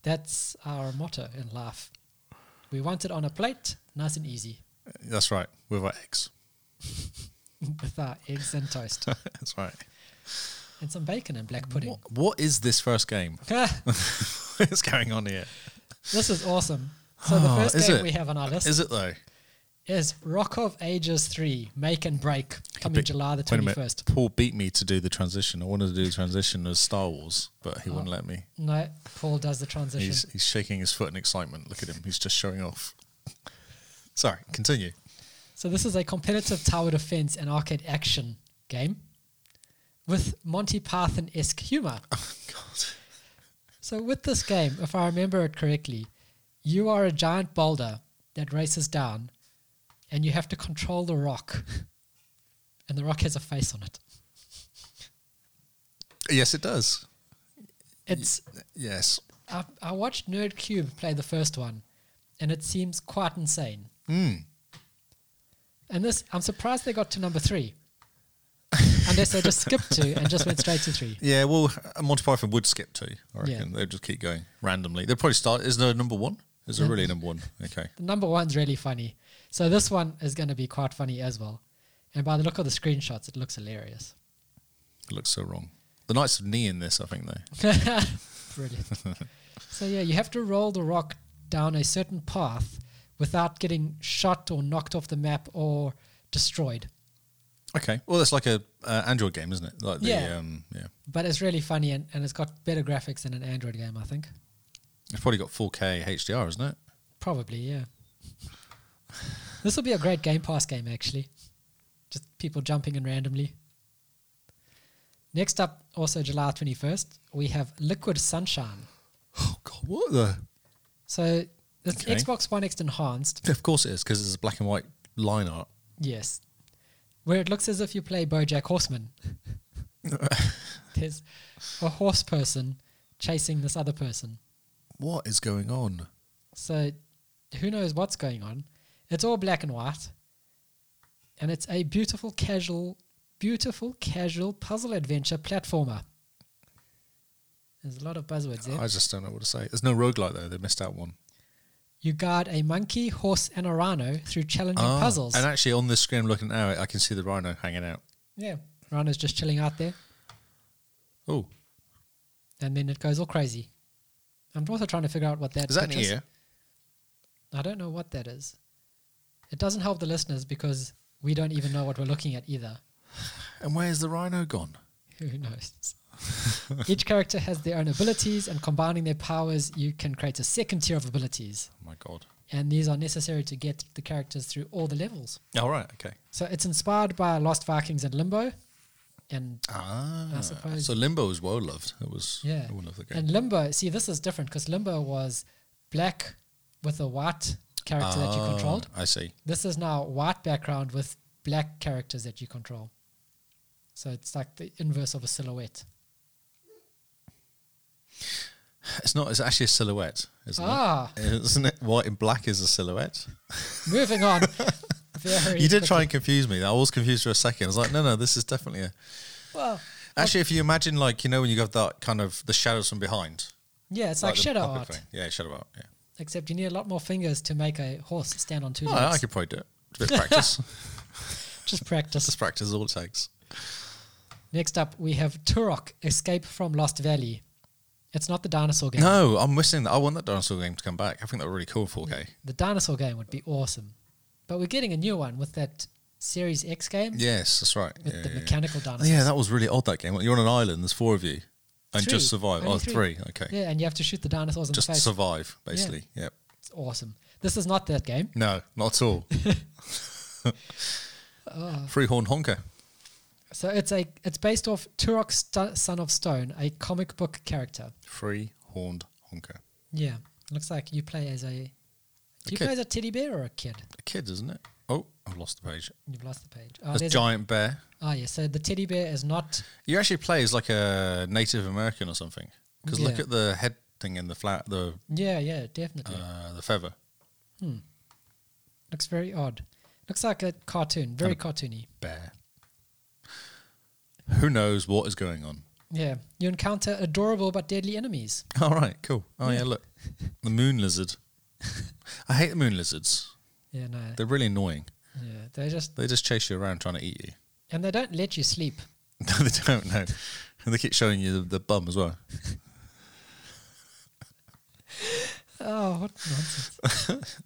S1: That's our motto in life. We want it on a plate, nice and easy,
S2: That's right. With our eggs.
S1: with our eggs and toast
S2: That's right.
S1: and some bacon and black pudding.
S2: What, what is this first game? What's going on here?
S1: this is awesome. So the
S2: Oh,
S1: first
S2: is
S1: game
S2: it?
S1: we have on our list
S2: Is it though?
S1: is Rock of Ages 3 Make and Break coming
S2: Big-
S1: July the
S2: Wait a minute.
S1: 21st.
S2: Paul beat me to do the transition. I wanted to do the transition as Star Wars, but he wouldn't let me.
S1: No, Paul Oh, does the transition.
S2: He's he's shaking his foot in excitement. Look at him. He's just showing off. Sorry, continue.
S1: So this is a competitive tower defense and arcade action game with Monty Python-esque humor.
S2: Oh God.
S1: So with this game, if I remember it correctly, you are a giant boulder that races down and you have to control the rock. And the rock has a face on it.
S2: Yes, it does.
S1: It's
S2: Yes.
S1: I, I watched Nerd Cube play the first one and it seems quite insane.
S2: Mm.
S1: And this I'm surprised they got to number 3. Unless they just skipped 2 and just went straight to 3.
S2: Yeah. Well, Monty Python would skip two. I reckon
S1: Yeah.
S2: they'd just keep going randomly. They'd probably start. Is there a number one? Is there
S1: No.
S2: really a number one? Okay.
S1: The number one's really funny. So this one is going to be quite funny as well. And by the look of the screenshots, it looks hilarious.
S2: It looks so wrong. The Knights of Knee in this, I think, though.
S1: Brilliant. so yeah, you have to roll the rock down a certain path without getting shot or knocked off the map or destroyed.
S2: Okay. Well, that's like a uh, Android game, isn't it? Like the
S1: Yeah.
S2: um, yeah.
S1: But it's really funny and, and it's got better graphics than an Android game, I think.
S2: It's probably got 4K HDR, isn't it?
S1: Probably, yeah. this will be a great Game Pass game, actually. Just people jumping in randomly. Next up, also July 21st, we have Liquid Sunshine.
S2: Oh God, what the?
S1: So it's
S2: Okay.
S1: Xbox One X enhanced.
S2: Of course it is, because it's a black and white line art.
S1: Yes. Where it looks as if you play Bojack Horseman. There's a horse person chasing this other person.
S2: What is going on?
S1: So who knows what's going on? It's all black and white. And it's a beautiful casual beautiful casual puzzle adventure platformer. There's a lot of buzzwords there.
S2: I just don't know what to say. There's no roguelike though. They missed out one.
S1: You guide a monkey, horse, and a rhino through challenging
S2: Ah,
S1: puzzles.
S2: And actually, on this screen, I'm looking now, I can see the rhino hanging out.
S1: yeah. Rhino's just chilling out there.
S2: Oh,
S1: and then it goes all crazy. I'm also trying to figure out what that
S2: is that an
S1: picture's-
S2: ear?
S1: I don't know what that is. It doesn't help the listeners because we don't even know what we're looking at either.
S2: And where's the rhino gone?
S1: Who knows? Each character has their own abilities, and combining their powers, you can create a second tier of abilities.
S2: Oh my God.
S1: And these are necessary to get the characters through all the levels.
S2: All right. Okay.
S1: So it's inspired by Lost Vikings and Limbo, and
S2: Ah,
S1: I suppose-
S2: So Limbo was well loved. It was.
S1: Yeah.
S2: One of the game.
S1: And Limbo, see, this is different because Limbo was black with a white character that you
S2: Ah,
S1: controlled.
S2: I see.
S1: this is now white background with black characters that you control. So it's like the inverse of a silhouette.
S2: It's not. It's actually a silhouette, isn't
S1: Ah,
S2: it? Isn't it? White and black is a silhouette.
S1: moving on. Very
S2: You did try
S1: quickly.
S2: and confuse me. I was confused for a second. I was like, no, no, this is definitely a.
S1: Well,
S2: Actually, if you imagine, like, you know, when you got that kind of the shadows from behind.
S1: yeah, it's like,
S2: the
S1: shadow
S2: puppet
S1: art,
S2: thing. Yeah, shadow art. Yeah.
S1: except you need a lot more fingers to make a horse stand on two
S2: Oh,
S1: legs.
S2: I could probably do it. It's a bit of practice.
S1: Just practice.
S2: Just practice is all it takes.
S1: Next up, we have Turok: Escape from Lost Valley. It's not the dinosaur game.
S2: No, I'm missing that. I want that dinosaur game to come back. I think that would really cool in 4K.
S1: The dinosaur game would be awesome, but we're getting a new one with that Series X game
S2: Yes, that's right.
S1: with
S2: yeah,
S1: the
S2: yeah, yeah.
S1: mechanical dinosaurs.
S2: Yeah, that was really odd, that game. You're on an island, there's four of you, and
S1: Three.
S2: just survive.
S1: Only
S2: oh,
S1: three.
S2: three. Okay.
S1: Yeah, and you have to shoot the dinosaurs in
S2: Just
S1: the face.
S2: survive, basically. Yep.
S1: It's awesome. This is not that game.
S2: No, not at all. Freehorn Honker.
S1: So it's a it's based off Turok Sto- Son of Stone, a comic book character.
S2: Free horned honker.
S1: Yeah, looks like you play as a. Do you play
S2: kid.
S1: as a teddy bear or a kid?
S2: A kid, isn't it? Oh, I've lost the page.
S1: You've lost the page. Oh,
S2: That's
S1: there's a-
S2: giant bear.
S1: Ah, yeah. So the teddy bear is not.
S2: You actually play as like a Native American or something. Because look
S1: Yeah.
S2: at the head thing and the flat, the
S1: Yeah, yeah, definitely.
S2: uh, the feather.
S1: looks very odd. Looks like a cartoon, very
S2: Um.
S1: cartoony.
S2: Bear. Who knows what is going on?
S1: Yeah, you encounter adorable but deadly enemies.
S2: All right, cool. Oh yeah, look, the moon lizard. I hate the moon lizards.
S1: Yeah, no.
S2: They're really annoying.
S1: yeah, they just
S2: They just chase you around trying to eat you.
S1: and they don't let you sleep.
S2: No, they don't. No, and they keep showing you the, the bum as well.
S1: Oh, what nonsense.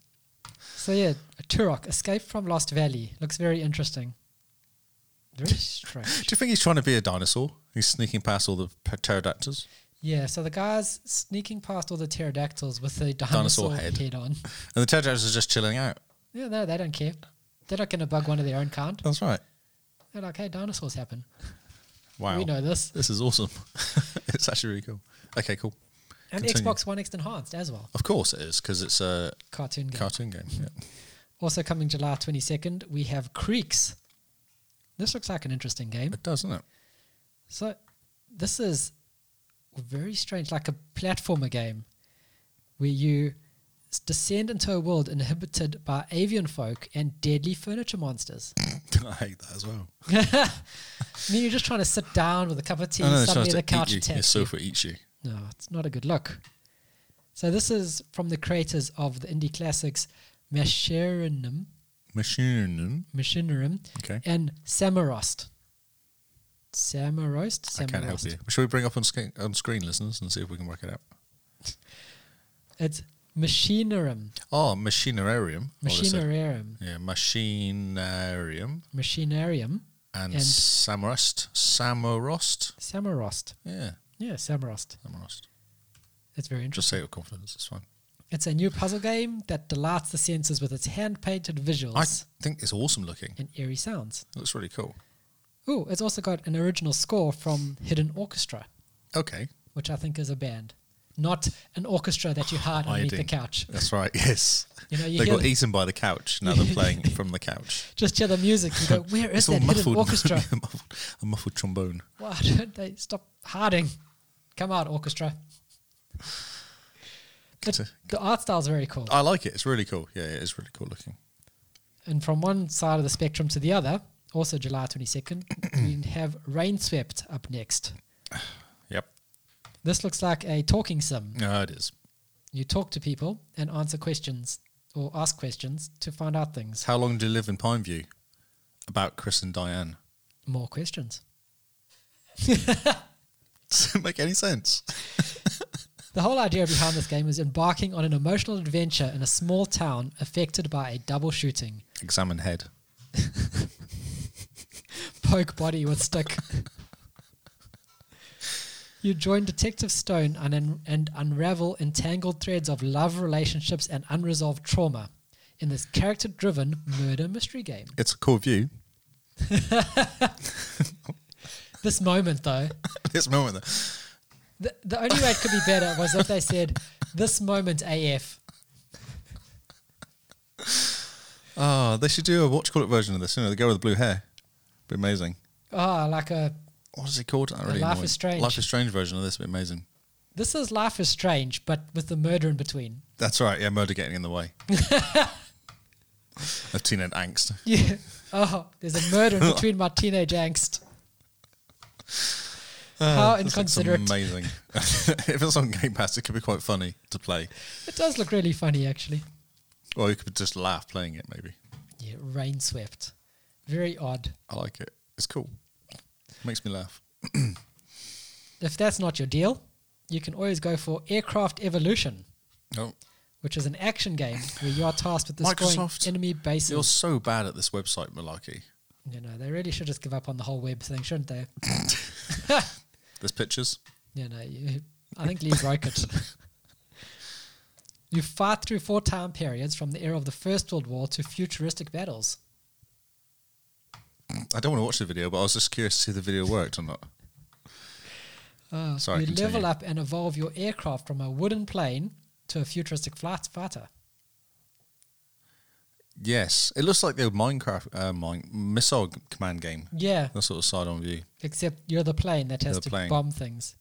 S1: so yeah, Turok, Escape from Lost Valley. Looks very interesting. Very
S2: Do
S1: strange.
S2: you think he's trying to be a dinosaur? He's sneaking past all the pterodactyls.
S1: Yeah, so the guy's sneaking past all the pterodactyls with the dinosaur,
S2: Dinosaur
S1: head.
S2: head.
S1: on.
S2: And the pterodactyls are just chilling out.
S1: Yeah, no, they don't care. They're not going to bug one of their own kind.
S2: That's right.
S1: They're like, hey, dinosaurs happen.
S2: Wow.
S1: We know this.
S2: This is awesome. it's actually really cool. Okay, cool.
S1: And
S2: Continue.
S1: Xbox One X Enhanced as well.
S2: Of course it is, because it's a
S1: Cartoon game.
S2: cartoon game. Yeah.
S1: also coming July 22nd, we have Creeks. This looks like an interesting game.
S2: It does, doesn't it?
S1: So this is very strange, like a platformer game where you s- descend into a world inhabited by avian folk and deadly furniture monsters.
S2: I hate that as well.
S1: I mean, you're just trying to sit down with a cup of tea,
S2: I know it's trying
S1: suddenly
S2: to
S1: the couch
S2: eat you. Your
S1: attacks you.
S2: sofa eats you.
S1: No, it's not a good look. So this is from the creators of the indie classics Macherinum,
S2: Machine.
S1: Machinarum,
S2: Okay.
S1: and Samarost. Samarost? Samarost.
S2: I can't help you. Should we bring up on screen, on screen, listeners, and see if we can work it out?
S1: It's Machinarum.
S2: Oh, machinarium. Well, there's a-
S1: Machinarium.
S2: yeah, machinarium
S1: Machinarium.
S2: and,
S1: And-
S2: samorost. Samorost.
S1: Samarost.
S2: Yeah,
S1: Yeah, Samarost.
S2: samorost.
S1: It's very
S2: Just
S1: interesting.
S2: say it with confidence. It's fine.
S1: It's a new puzzle game that delights the senses with its hand painted visuals
S2: I think it's awesome looking.
S1: and eerie sounds.
S2: It looks really cool.
S1: Ooh, it's also got an original score from Hidden Orchestra,
S2: Okay,
S1: which I think is a band. Not an orchestra that you hide underneath the
S2: Hiding.
S1: couch.
S2: that's right. Yes,
S1: You know, you
S2: they
S1: hear
S2: got
S1: the-
S2: eaten by the couch. Now they're playing from the couch.
S1: Just hear the music. You go, where is
S2: it's all
S1: that hidden
S2: muffled.
S1: orchestra?
S2: a muffled. A muffled trombone.
S1: Why don't they stop hiding? Come out, orchestra. But
S2: Good to- Ah.
S1: the art style's very cool.
S2: I like it. It's really cool. Yeah, it is really cool looking.
S1: And from one side of the spectrum to the other, also July 22nd, we have Rain Swept up next.
S2: Yep.
S1: This looks like a talking sim.
S2: No, it is.
S1: You talk to people and answer questions or ask questions to find out things.
S2: How long do you live in Pineview? About Chris and Diane.
S1: More questions.
S2: Does it make any sense?
S1: The whole idea behind this game is embarking on an emotional adventure in a small town affected by a double shooting.
S2: Examine head.
S1: poke body with stick. you join Detective Stone and, un- and unravel entangled threads of love, relationships, and unresolved trauma in this character driven murder mystery game.
S2: It's a cool view.
S1: This moment, though,
S2: this moment, though.
S1: the, the only way it could be better was if they said, This moment AF.
S2: Oh, they should do a watch call it version of this. You know, the girl with the blue hair. Be amazing.
S1: Ah, like a.
S2: What is it called? I really
S1: Life
S2: know
S1: is
S2: it.
S1: Strange.
S2: Life is Strange version of this. Be amazing.
S1: This is Life is Strange, but with the murder in between.
S2: That's right. Yeah, murder getting in the way. of teenage angst.
S1: Yeah. Oh, there's a murder in between my teenage angst. How
S2: This looks
S1: inconsiderate.
S2: Ah, Amazing. if it's on Game Pass, it could be quite funny to play.
S1: It does look really funny, actually.
S2: Or you could just laugh playing it, maybe.
S1: Yeah, rain swept. Very odd.
S2: I like it. It's cool. Makes me laugh.
S1: If that's not your deal, you can always go for Aircraft Evolution,
S2: Oh,
S1: which is an action game where you are tasked with destroying
S2: Microsoft,
S1: enemy
S2: you're
S1: bases.
S2: so bad at this website, Malarkey.
S1: You know, they really should just give up on the whole web thing, shouldn't they?
S2: There's pictures.
S1: You know, you, I think Lee broke it. You fight through four time periods from the era of the First World War to futuristic battles.
S2: I don't want to watch the video, but I was just curious to see if the video worked or not.
S1: Uh,
S2: Sorry,
S1: you level
S2: continue.
S1: up and evolve your aircraft from a wooden plane to a futuristic flight fighter.
S2: Yes, it looks like the old Minecraft uh, mine, missile g- command game.
S1: Yeah.
S2: That sort of side-on view.
S1: except you're the plane that has
S2: The
S1: to
S2: plane.
S1: bomb things.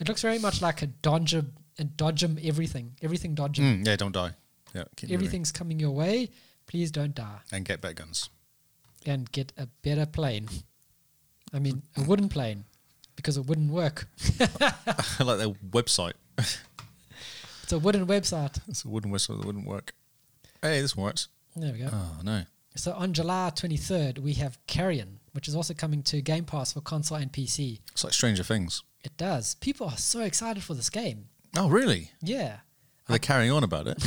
S1: It looks very much like a dodger and dodgem everything. Everything dodgem.
S2: Mm, yeah, don't die. Yeah, keep moving.
S1: Everything's coming your way. Please don't die
S2: and get better guns.
S1: and get a better plane. I mean, a wooden plane because it wouldn't work.
S2: like their website.
S1: It's a wooden website.
S2: It's a wooden whistle that wouldn't work. Hey, this works.
S1: There we go.
S2: Oh no,
S1: So on July 23rd, we have Carrion, which is also coming to Game Pass for console and PC.
S2: it's like Stranger Things.
S1: It does. People are so excited for this game.
S2: Oh really?
S1: Yeah.
S2: Are they carrying on about it?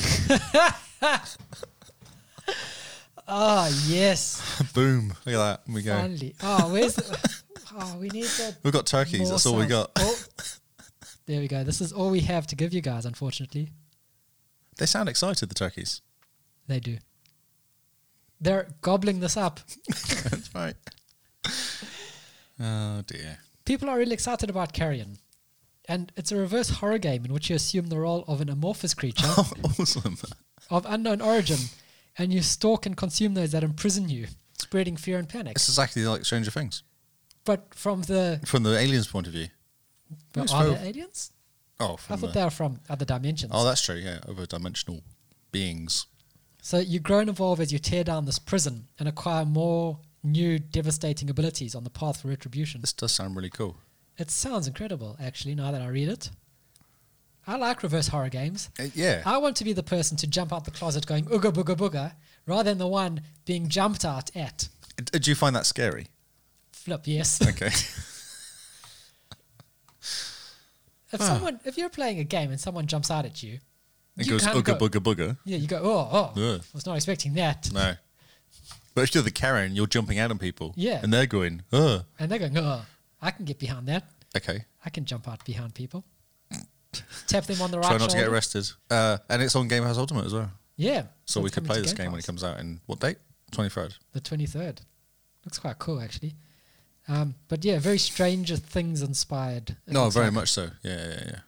S1: Oh, yes.
S2: Boom. Look at that. We go.
S1: Finally. Oh, where's the. Oh, we need that.
S2: We've got turkeys.
S1: more
S2: That's all we
S1: sauce.
S2: got.
S1: Oh. There we go. This is all we have to give you guys, unfortunately.
S2: They sound excited, the turkeys.
S1: They do. They're gobbling this up.
S2: That's right. Oh, dear.
S1: People are really excited about Carrion. And it's a reverse horror game in which you assume the role of an amorphous creature
S2: Oh, awesome.
S1: of unknown origin and you stalk and consume those that imprison you, spreading fear and panic.
S2: It's exactly like Stranger Things
S1: But from the.
S2: from the aliens' point of view.
S1: But
S2: It's
S1: are
S2: very-
S1: they aliens?
S2: Oh,
S1: I
S2: from
S1: thought
S2: the,
S1: they were from other dimensions.
S2: oh, that's true. Yeah, other dimensional beings.
S1: So you grow and evolve as you tear down this prison and acquire more new devastating abilities on the path for retribution.
S2: This does sound really cool.
S1: It sounds incredible, actually, now that I read it. I like reverse horror games.
S2: Uh, yeah.
S1: I want to be the person to jump out the closet going ooga booga booga rather than the one being jumped out at.
S2: D- Do you find that scary?
S1: Flip, yes.
S2: Okay.
S1: if
S2: Ah.
S1: someone if you're playing a game and someone jumps out at you,
S2: It
S1: you
S2: goes
S1: kind of
S2: ooga
S1: go,
S2: booga booga.
S1: Yeah, you go, oh, oh,
S2: Yeah.
S1: I was not expecting that.
S2: No. But if you're the Karen, you're jumping out on people.
S1: Yeah.
S2: And they're going, oh,
S1: And they're going, oh, I can get behind that.
S2: okay.
S1: I can jump out behind people. Tap them on the right
S2: Try not to get
S1: shoulder.
S2: arrested. Uh, and it's on Game House Ultimate as well.
S1: Yeah.
S2: So we
S1: it's
S2: could
S1: coming
S2: play
S1: to
S2: this game when it
S1: Pass.
S2: comes out in what date? 23rd.
S1: The 23rd. Looks quite cool, actually. Um, but yeah, very Stranger Things inspired. it
S2: no,
S1: looks
S2: very
S1: like.
S2: much so. Yeah, yeah, yeah.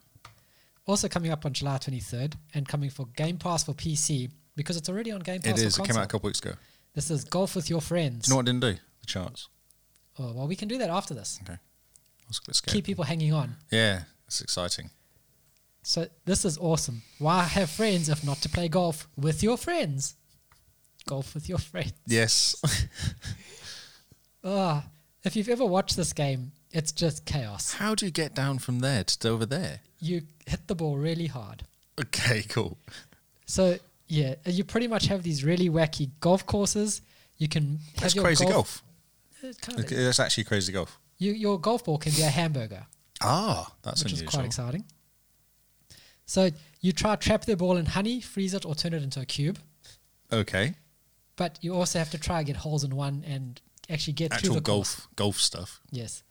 S1: Also coming up on July 23rd and coming for Game Pass for PC because it's already on Game Pass.
S2: It
S1: for
S2: is. It came
S1: console.
S2: out a couple weeks ago.
S1: This is Golf with Your Friends.
S2: Do you know what I didn't do? The charts.
S1: oh, well, we can do that after this.
S2: I was a bit scared.
S1: Keep people hanging on.
S2: yeah, it's exciting.
S1: So this is awesome. Why have friends if not to play golf with your friends? Golf with your friends.
S2: Yes.
S1: Ah, if you've ever watched this game, it's just chaos.
S2: How do you get down from there to over there?
S1: You hit the ball really hard.
S2: Okay, cool.
S1: So yeah, you pretty much have these really wacky golf courses. You can have
S2: That's
S1: your
S2: crazy
S1: golf.
S2: golf.
S1: golf. Kind of,
S2: Okay, That's actually crazy golf.
S1: you, your golf ball can be a hamburger,
S2: Ah, that's
S1: which is
S2: unusual.
S1: quite exciting. So you try to trap their ball in honey, freeze it, or turn it into a cube.
S2: okay.
S1: But you also have to try and get holes in one and actually get through
S2: Actual
S1: the
S2: golf,
S1: course.
S2: golf stuff.
S1: Yes,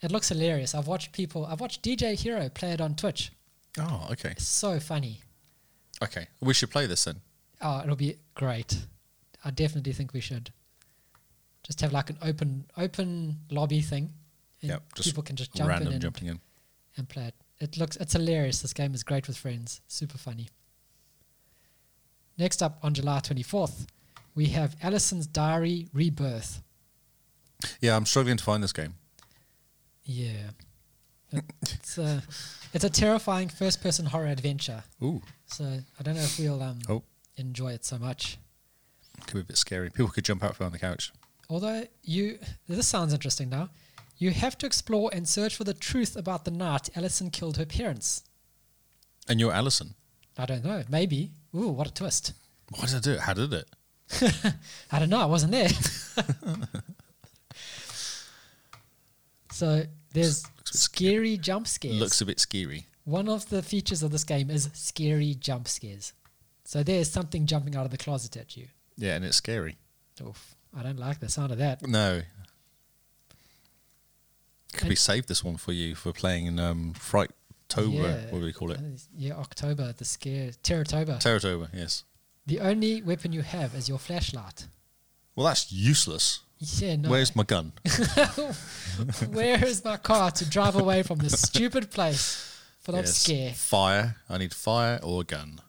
S1: it looks hilarious. I've watched people. I've watched DJ Hero play it on Twitch.
S2: Oh, okay.
S1: It's so funny.
S2: Okay. We should play this then.
S1: Oh, it'll be great. I definitely think we should just have like an open open lobby thing. And
S2: Yep, just
S1: people can just jump
S2: Random
S1: in and,
S2: jumping in.
S1: and play it. It looks it's hilarious. This game is great with friends. Super funny. Next up on July 24th, we have Alison's Diary Rebirth.
S2: Yeah, I'm struggling to find this game.
S1: Yeah. It's a, it's a terrifying first person horror adventure.
S2: Ooh,
S1: So I don't know if we'll um,
S2: Oh.
S1: enjoy it so much.
S2: could be a bit scary. People could jump out from the couch.
S1: Although you, this sounds interesting now. You have to explore and search for the truth about the night Alison killed her parents.
S2: And you're Alison.
S1: I don't know. Maybe. Ooh, what a twist.
S2: Why did I do it? How did it?
S1: I don't know. I wasn't there. so there's
S2: Looks a bit
S1: scary jump scares.
S2: Looks a bit scary.
S1: One of the features of this game is scary jump scares. So there's something jumping out of the closet at you.
S2: Yeah, and it's scary.
S1: Oof. I don't like the sound of that.
S2: No. Could we
S1: And-
S2: save this one for you for playing in um, Fright Tober?
S1: Yeah.
S2: What do we call it?
S1: Uh, Yeah, October, the scare, Terrortober.
S2: Terratober, yes.
S1: The only weapon you have is your flashlight.
S2: Well, that's useless.
S1: Yeah, no.
S2: Where's my gun?
S1: Where is my car to drive away from this stupid place full of
S2: Yes.
S1: scare
S2: Fire. I need fire or a gun.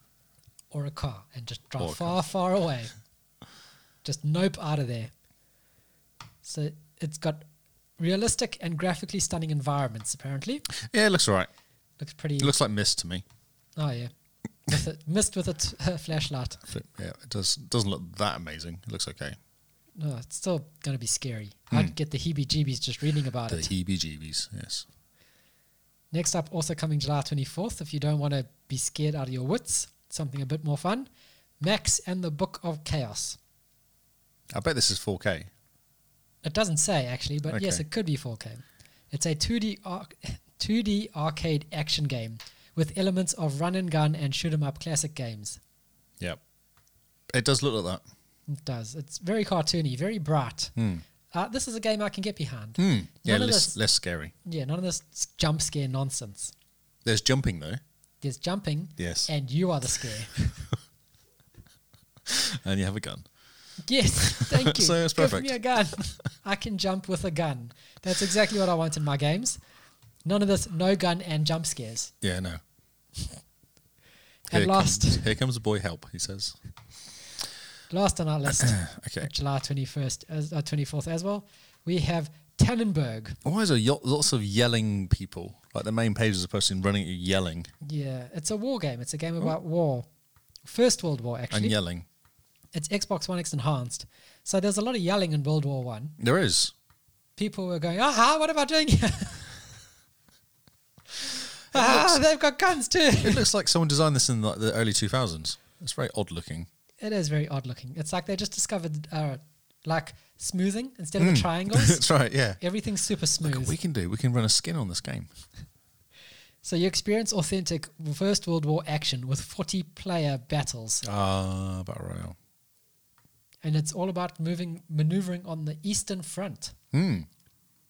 S1: or a car and just
S2: Or a
S1: drive far, far away? Just nope out of there. So it's got realistic and graphically stunning environments, apparently.
S2: Yeah, it looks all right.
S1: Looks pretty.
S2: It looks like mist to me.
S1: oh, yeah. With a, missed with a t- flashlight.
S2: Yeah, it does, doesn't look that amazing. It looks okay.
S1: No, it's still going to be scary. I'd get the heebie jeebies just reading about
S2: Hmm. The
S1: it.
S2: heebie jeebies, yes.
S1: Next up, also coming July 24th, if you don't want to be scared out of your wits, something a bit more fun Max and the Book of Chaos.
S2: I bet this is 4K.
S1: It doesn't say actually, but yes,
S2: Okay.
S1: it could be 4K. It's a 2D, ar- 2D arcade action game with elements of run and gun and shoot 'em up classic games.
S2: Yep. It does look like that.
S1: It does. It's very cartoony, very bright. Uh, this is a game I can get behind.
S2: Hmm. Yeah,
S1: None of
S2: less,
S1: this-
S2: less scary.
S1: Yeah, none of this s- jump scare nonsense.
S2: There's jumping though.
S1: There's jumping,
S2: Yes.
S1: and you are the scare.
S2: And you have a gun.
S1: yes, thank you.
S2: So it's
S1: Give
S2: perfect.
S1: me a gun. I can jump with a gun. That's exactly what I want in my games. None of this, no gun and jump scares.
S2: Yeah, no.
S1: And last,
S2: Comes, here comes the boy help, he says.
S1: last on our list,
S2: Okay.
S1: July twenty first, as uh, twenty fourth as well. We have Tannenberg.
S2: Why is there yo- lots of yelling people? Like the main page is a person running at you yelling
S1: Yeah, it's a war game. It's a game about war. First World War,
S2: Oh. and
S1: actually.
S2: yelling.
S1: It's Xbox One X enhanced. So there's a lot of yelling in World War One.
S2: There is.
S1: People were going, aha, what am I doing here? ah, they've got guns too.
S2: It looks like someone designed this in like the early 2000s. It's very odd looking.
S1: It is very odd looking. It's like they just discovered uh, like smoothing instead of the triangles.
S2: Hmm. That's right, yeah.
S1: Everything's super
S2: Look what
S1: smooth.
S2: we can do. We can run a skin on this game.
S1: So you experience authentic First World War action with 40 player battles.
S2: Ah, Battle Royale.
S1: And it's all about moving, maneuvering on the Eastern Front,
S2: Hmm.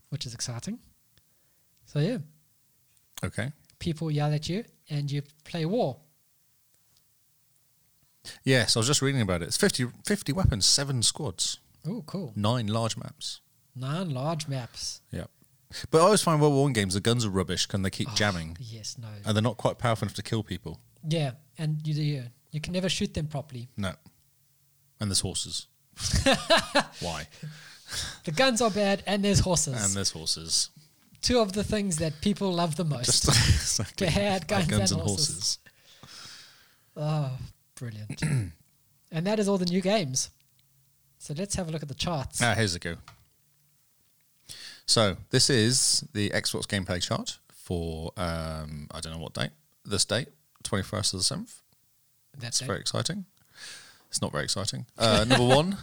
S1: which is exciting. So yeah,
S2: Okay.
S1: people yell at you and you play war.
S2: Yes, I was just reading about it. It's 50, 50 weapons, seven squads,
S1: Oh, cool.
S2: nine large maps.
S1: Nine large maps.
S2: Yeah. But I always find World War One games, the guns are rubbish and they keep
S1: Ah,
S2: jamming
S1: Yes, no.
S2: and they're not quite powerful enough to kill people.
S1: yeah, and you, you you can never shoot them properly.
S2: No. And there's horses. Why?
S1: The guns are bad, and there's horses.
S2: And there's horses.
S1: Two of the things that people love the most.
S2: Just exactly.
S1: Bad guns and
S2: horses.
S1: horses. oh, brilliant. and that is all the new games. So let's have a look at the charts.
S2: Ah, here's a go. So this is the Xbox gameplay chart for um, I don't know what date. This date, twenty first of the seventh.
S1: That's
S2: It's very exciting. It's not very exciting. Uh, number one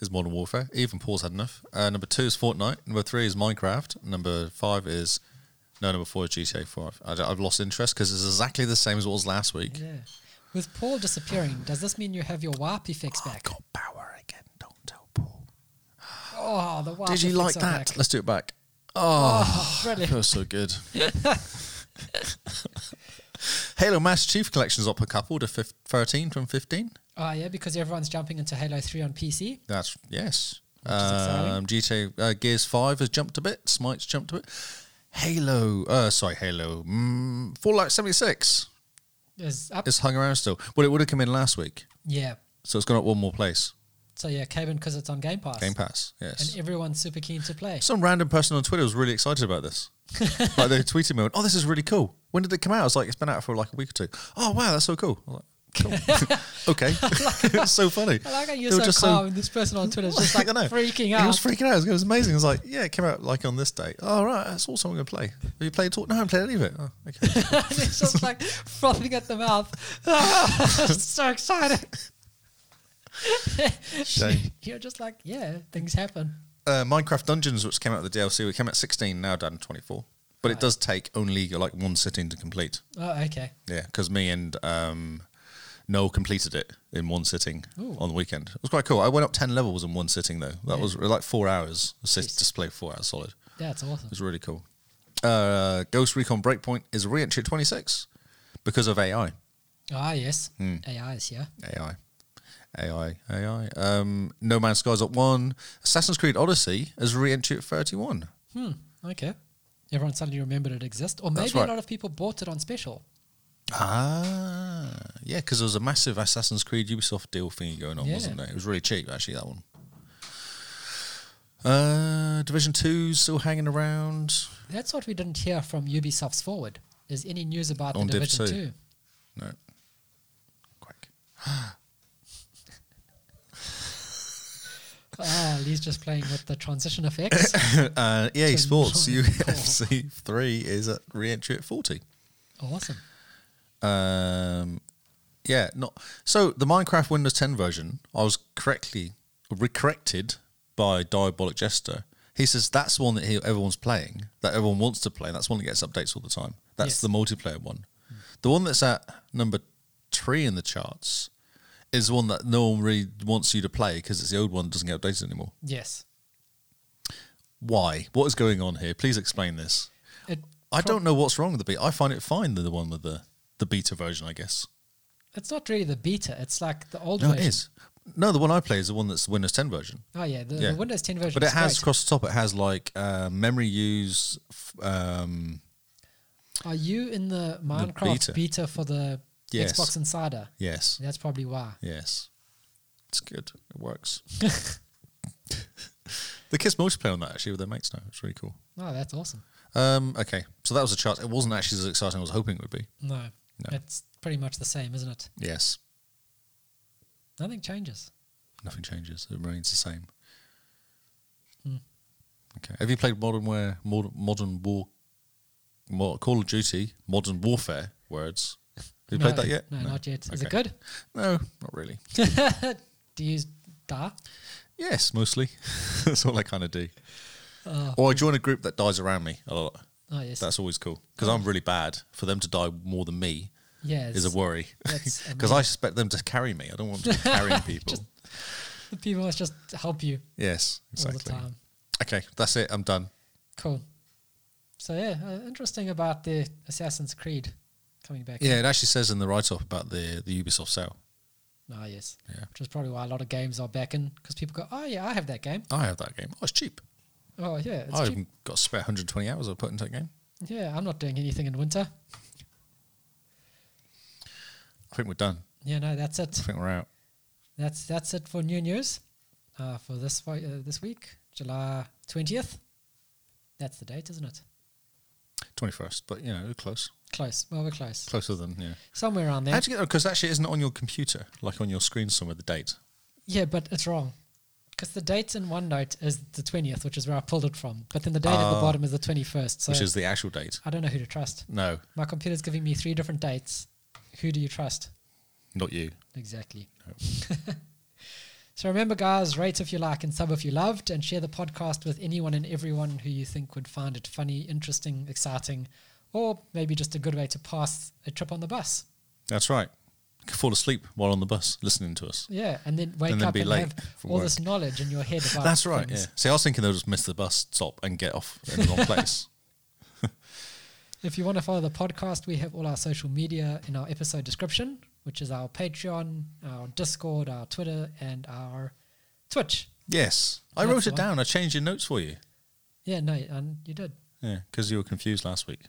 S2: is Modern Warfare. Even Paul's had enough. Uh, number two is Fortnite. Number three is Minecraft. Number five is no. Number four is GTA Five. I, have lost interest because it's exactly the same as what was last week.
S1: Yeah. With Paul disappearing, does this mean you have your WAP effects back?
S2: got power again. Don't tell Paul.
S1: Oh, the WAP
S2: Did you like
S1: effects are
S2: that?
S1: back.
S2: Let's do it back. Oh,
S1: Brilliant.
S2: feels so good. Halo Master Chief Collection's up a couple to fif- 13 from 15.
S1: Oh, yeah, because everyone's jumping into Halo 3 on PC.
S2: That's yes.
S1: is exciting.
S2: Um, GTA uh, Gears Five has jumped a bit. Smite's jumped a bit. Halo, uh, sorry, Halo. Mm, Fallout seventy six
S1: Is up.
S2: is hung around still. Well, it would have come in last week,
S1: yeah.
S2: so it's gone up one more place.
S1: So, yeah, Cabin, because it's on Game Pass.
S2: Game Pass, yes.
S1: And everyone's super keen to play.
S2: Some random person on Twitter was really excited about this. like they tweeted me, "Oh, this is really cool. When did it come out?" I was like, "It's been out for like a week or two. Oh, wow, that's so cool. I was like, cool. okay, it's so funny.
S1: I like how you're
S2: They were
S1: so
S2: just
S1: calm. and this person on Twitter is just like
S2: I know.
S1: freaking
S2: He
S1: out.
S2: was freaking out. It was, it was amazing. It was like, yeah, it came out like on this date. oh, right, that's awesome. I'm going to play. Have you played Talk? No, I haven't played any of it. Oh, okay.
S1: and it's just like frothing at the mouth. so excited.
S2: Shame.
S1: You're just like, yeah, things happen.
S2: Uh, Minecraft Dungeons, which came out with the DLC, it came out 16, now down to 24. But it does take only like one sitting to complete.
S1: Oh, okay.
S2: Yeah, because me and um, Noel completed it in one sitting
S1: Ooh.
S2: on the weekend. It was quite cool. I went up 10 levels in one sitting, though. That was uh, like four hours. Sit- just played four hours solid.
S1: That's awesome.
S2: It was really cool. Uh, Ghost Recon Breakpoint is a re entry 26 because of AI.
S1: Ah, yes.
S2: Hmm.
S1: AI is here.
S2: AI. AI, AI. Um, no Man's Sky's up one. Assassin's Creed Odyssey is re-entry at 31.
S1: Hmm. Okay. Everyone suddenly remembered it exists. Or maybe
S2: That's right.
S1: a lot of people bought it on special.
S2: Ah, yeah, because there was a massive Assassin's Creed Ubisoft deal thingy going on,
S1: Yeah.
S2: wasn't there? It was really cheap, actually, that one. Uh, Division 2's still hanging around.
S1: That's what we didn't hear from Ubisoft's forward. Is any news about
S2: On
S1: the
S2: Div
S1: Division 2?
S2: two. No. Quack.
S1: Ah, Lee's just playing with the transition effects.
S2: uh, EA
S1: It's a
S2: Sports
S1: nine
S2: UFC 3 is at re-entry at 40.
S1: awesome.
S2: Um, yeah, not so. The Minecraft Windows 10 version, I was correctly recorrected by Diabolic Jester. He says that's the one that he, everyone's playing, that everyone wants to play. That's the one that gets updates all the time. That's
S1: Yes.
S2: the multiplayer one. The one that's at number three in the charts is one that no one really wants you to play because it's the old one that doesn't get updated anymore.
S1: Yes.
S2: Why? What is going on here? Please explain this.
S1: It
S2: I
S1: prob-
S2: don't know what's wrong with the beta. I find it fine the the one with the the beta version, I guess.
S1: It's not really the beta. It's like the old
S2: No, it
S1: version.
S2: is. No, the one I play is the one that's the Windows 10 version.
S1: Oh yeah, the,
S2: Yeah.
S1: the Windows 10 version.
S2: But it
S1: is
S2: has
S1: great.
S2: across the top. It has like uh, memory use. f- Um,
S1: Are you in the Minecraft
S2: beta.
S1: beta. for the
S2: Yes.
S1: Xbox Insider?
S2: yes,
S1: That's probably why.
S2: yes, it's good. It works. the kids multiplayer on that actually with their mates now. It's really cool.
S1: No, Oh, that's awesome.
S2: Um, okay, so that was a chart. It wasn't actually as exciting as I was hoping it would be.
S1: No,
S2: No.
S1: it's pretty much the same, isn't it?
S2: Yes,
S1: Nothing changes.
S2: nothing changes. It remains the same.
S1: Hmm.
S2: Okay. Have you played Modern War, Modern, modern War, Mo- Call of Duty, Modern Warfare? Words. Have you
S1: no,
S2: played that yet?
S1: No, not yet. Is it
S2: Okay.
S1: good?
S2: No, not really.
S1: Do you die?
S2: Yes, mostly. That's all I kind of do.
S1: Oh,
S2: Or I join a group that dies around me a lot.
S1: oh yes.
S2: That's always cool because I'm really bad. For them to die more than me
S1: yeah,
S2: is a worry
S1: that's
S2: because I expect them to carry me. I don't want them to be carrying people.
S1: the people must just help you
S2: yes, exactly.
S1: all the time.
S2: Okay, that's it. I'm done.
S1: Cool. So yeah, uh, interesting about the Assassin's Creed coming back.
S2: Yeah, it actually says in the write-up about the the Ubisoft sale.
S1: Ah yes.
S2: Yeah.
S1: Which is probably why a lot of games are back in because people go, oh yeah, I have that game.
S2: I have that game. Oh, it's cheap.
S1: Oh yeah, it's
S2: I
S1: cheap.
S2: haven't got a spare 120 hours I put into that game.
S1: Yeah, I'm not doing anything in winter.
S2: I think we're done.
S1: Yeah, no, that's
S2: I
S1: it.
S2: think we're out.
S1: That's that's it for new news uh, for this fi- uh, this week, July twentieth. That's the date, isn't it?
S2: 21st, but you know, we're close,
S1: Close. Well, we're close.
S2: closer than yeah.
S1: Somewhere around there.
S2: How'd you get? Because actually, it isn't on your computer, like on your screen somewhere. The date.
S1: yeah, but it's wrong. Because the date in OneNote is the 20th, which is where I pulled it from. But then the date at
S2: Ah.
S1: the bottom is the 21st. So
S2: which is the actual date.
S1: I don't know who to trust.
S2: No,
S1: My computer's giving me three different dates. Who do you trust?
S2: not you.
S1: Exactly. so remember, guys, rate if you like and sub if you loved, and share the podcast with anyone and everyone who you think would find it funny, interesting, exciting, or maybe just a good way to pass a trip on the bus.
S2: That's right. You can fall asleep while on the bus listening to us.
S1: Yeah, and then wake
S2: And then
S1: up
S2: be
S1: and
S2: late
S1: have
S2: from
S1: all this knowledge in your head about
S2: That's right.
S1: things.
S2: Yeah. See, I was thinking they'll just miss the bus stop and get off in the wrong place.
S1: If you want to follow the podcast, we have all our social media in our episode description, which is our Patreon, our Discord, our Twitter, and our Twitch.
S2: Yes, I
S1: That's
S2: wrote it
S1: right.
S2: down. I changed your notes for you.
S1: Yeah, no, and you did,
S2: Yeah, because you were confused last week.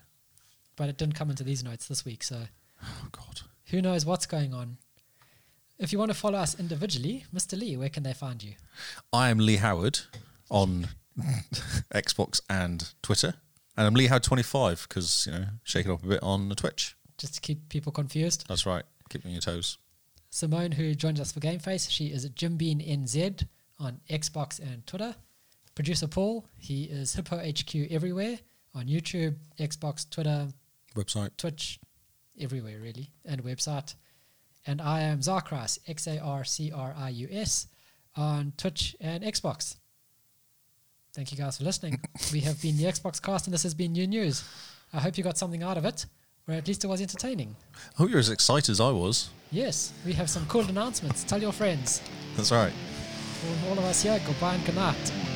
S1: but it didn't come into these notes this week, so.
S2: Oh God.
S1: Who knows what's going on? If you want to follow us individually, Mr. Lee, where can they find you?
S2: I am Lee Howard on Xbox and Twitter, and I'm Lee Howard 25 because you know shake it off a bit on the Twitch.
S1: Just to keep people confused.
S2: That's right. Keep me on your toes.
S1: Simone, who joins us for Game Face, she is at JimBeanNZ on Xbox and Twitter. Producer Paul, he is Hippo HQ everywhere on YouTube, Xbox, Twitter,
S2: Website.
S1: Twitch, everywhere really, and website. And I am Zarkrius, X A R C R I U S, on Twitch and Xbox. Thank you guys for listening. we have been the Xbox cast, and this has been New News. I hope you got something out of it, or at least it was entertaining.
S2: I hope Oh, you're as excited as I was.
S1: Yes, we have some cool announcements. Tell your friends.
S2: That's right.
S1: From all of us here, goodbye and good night.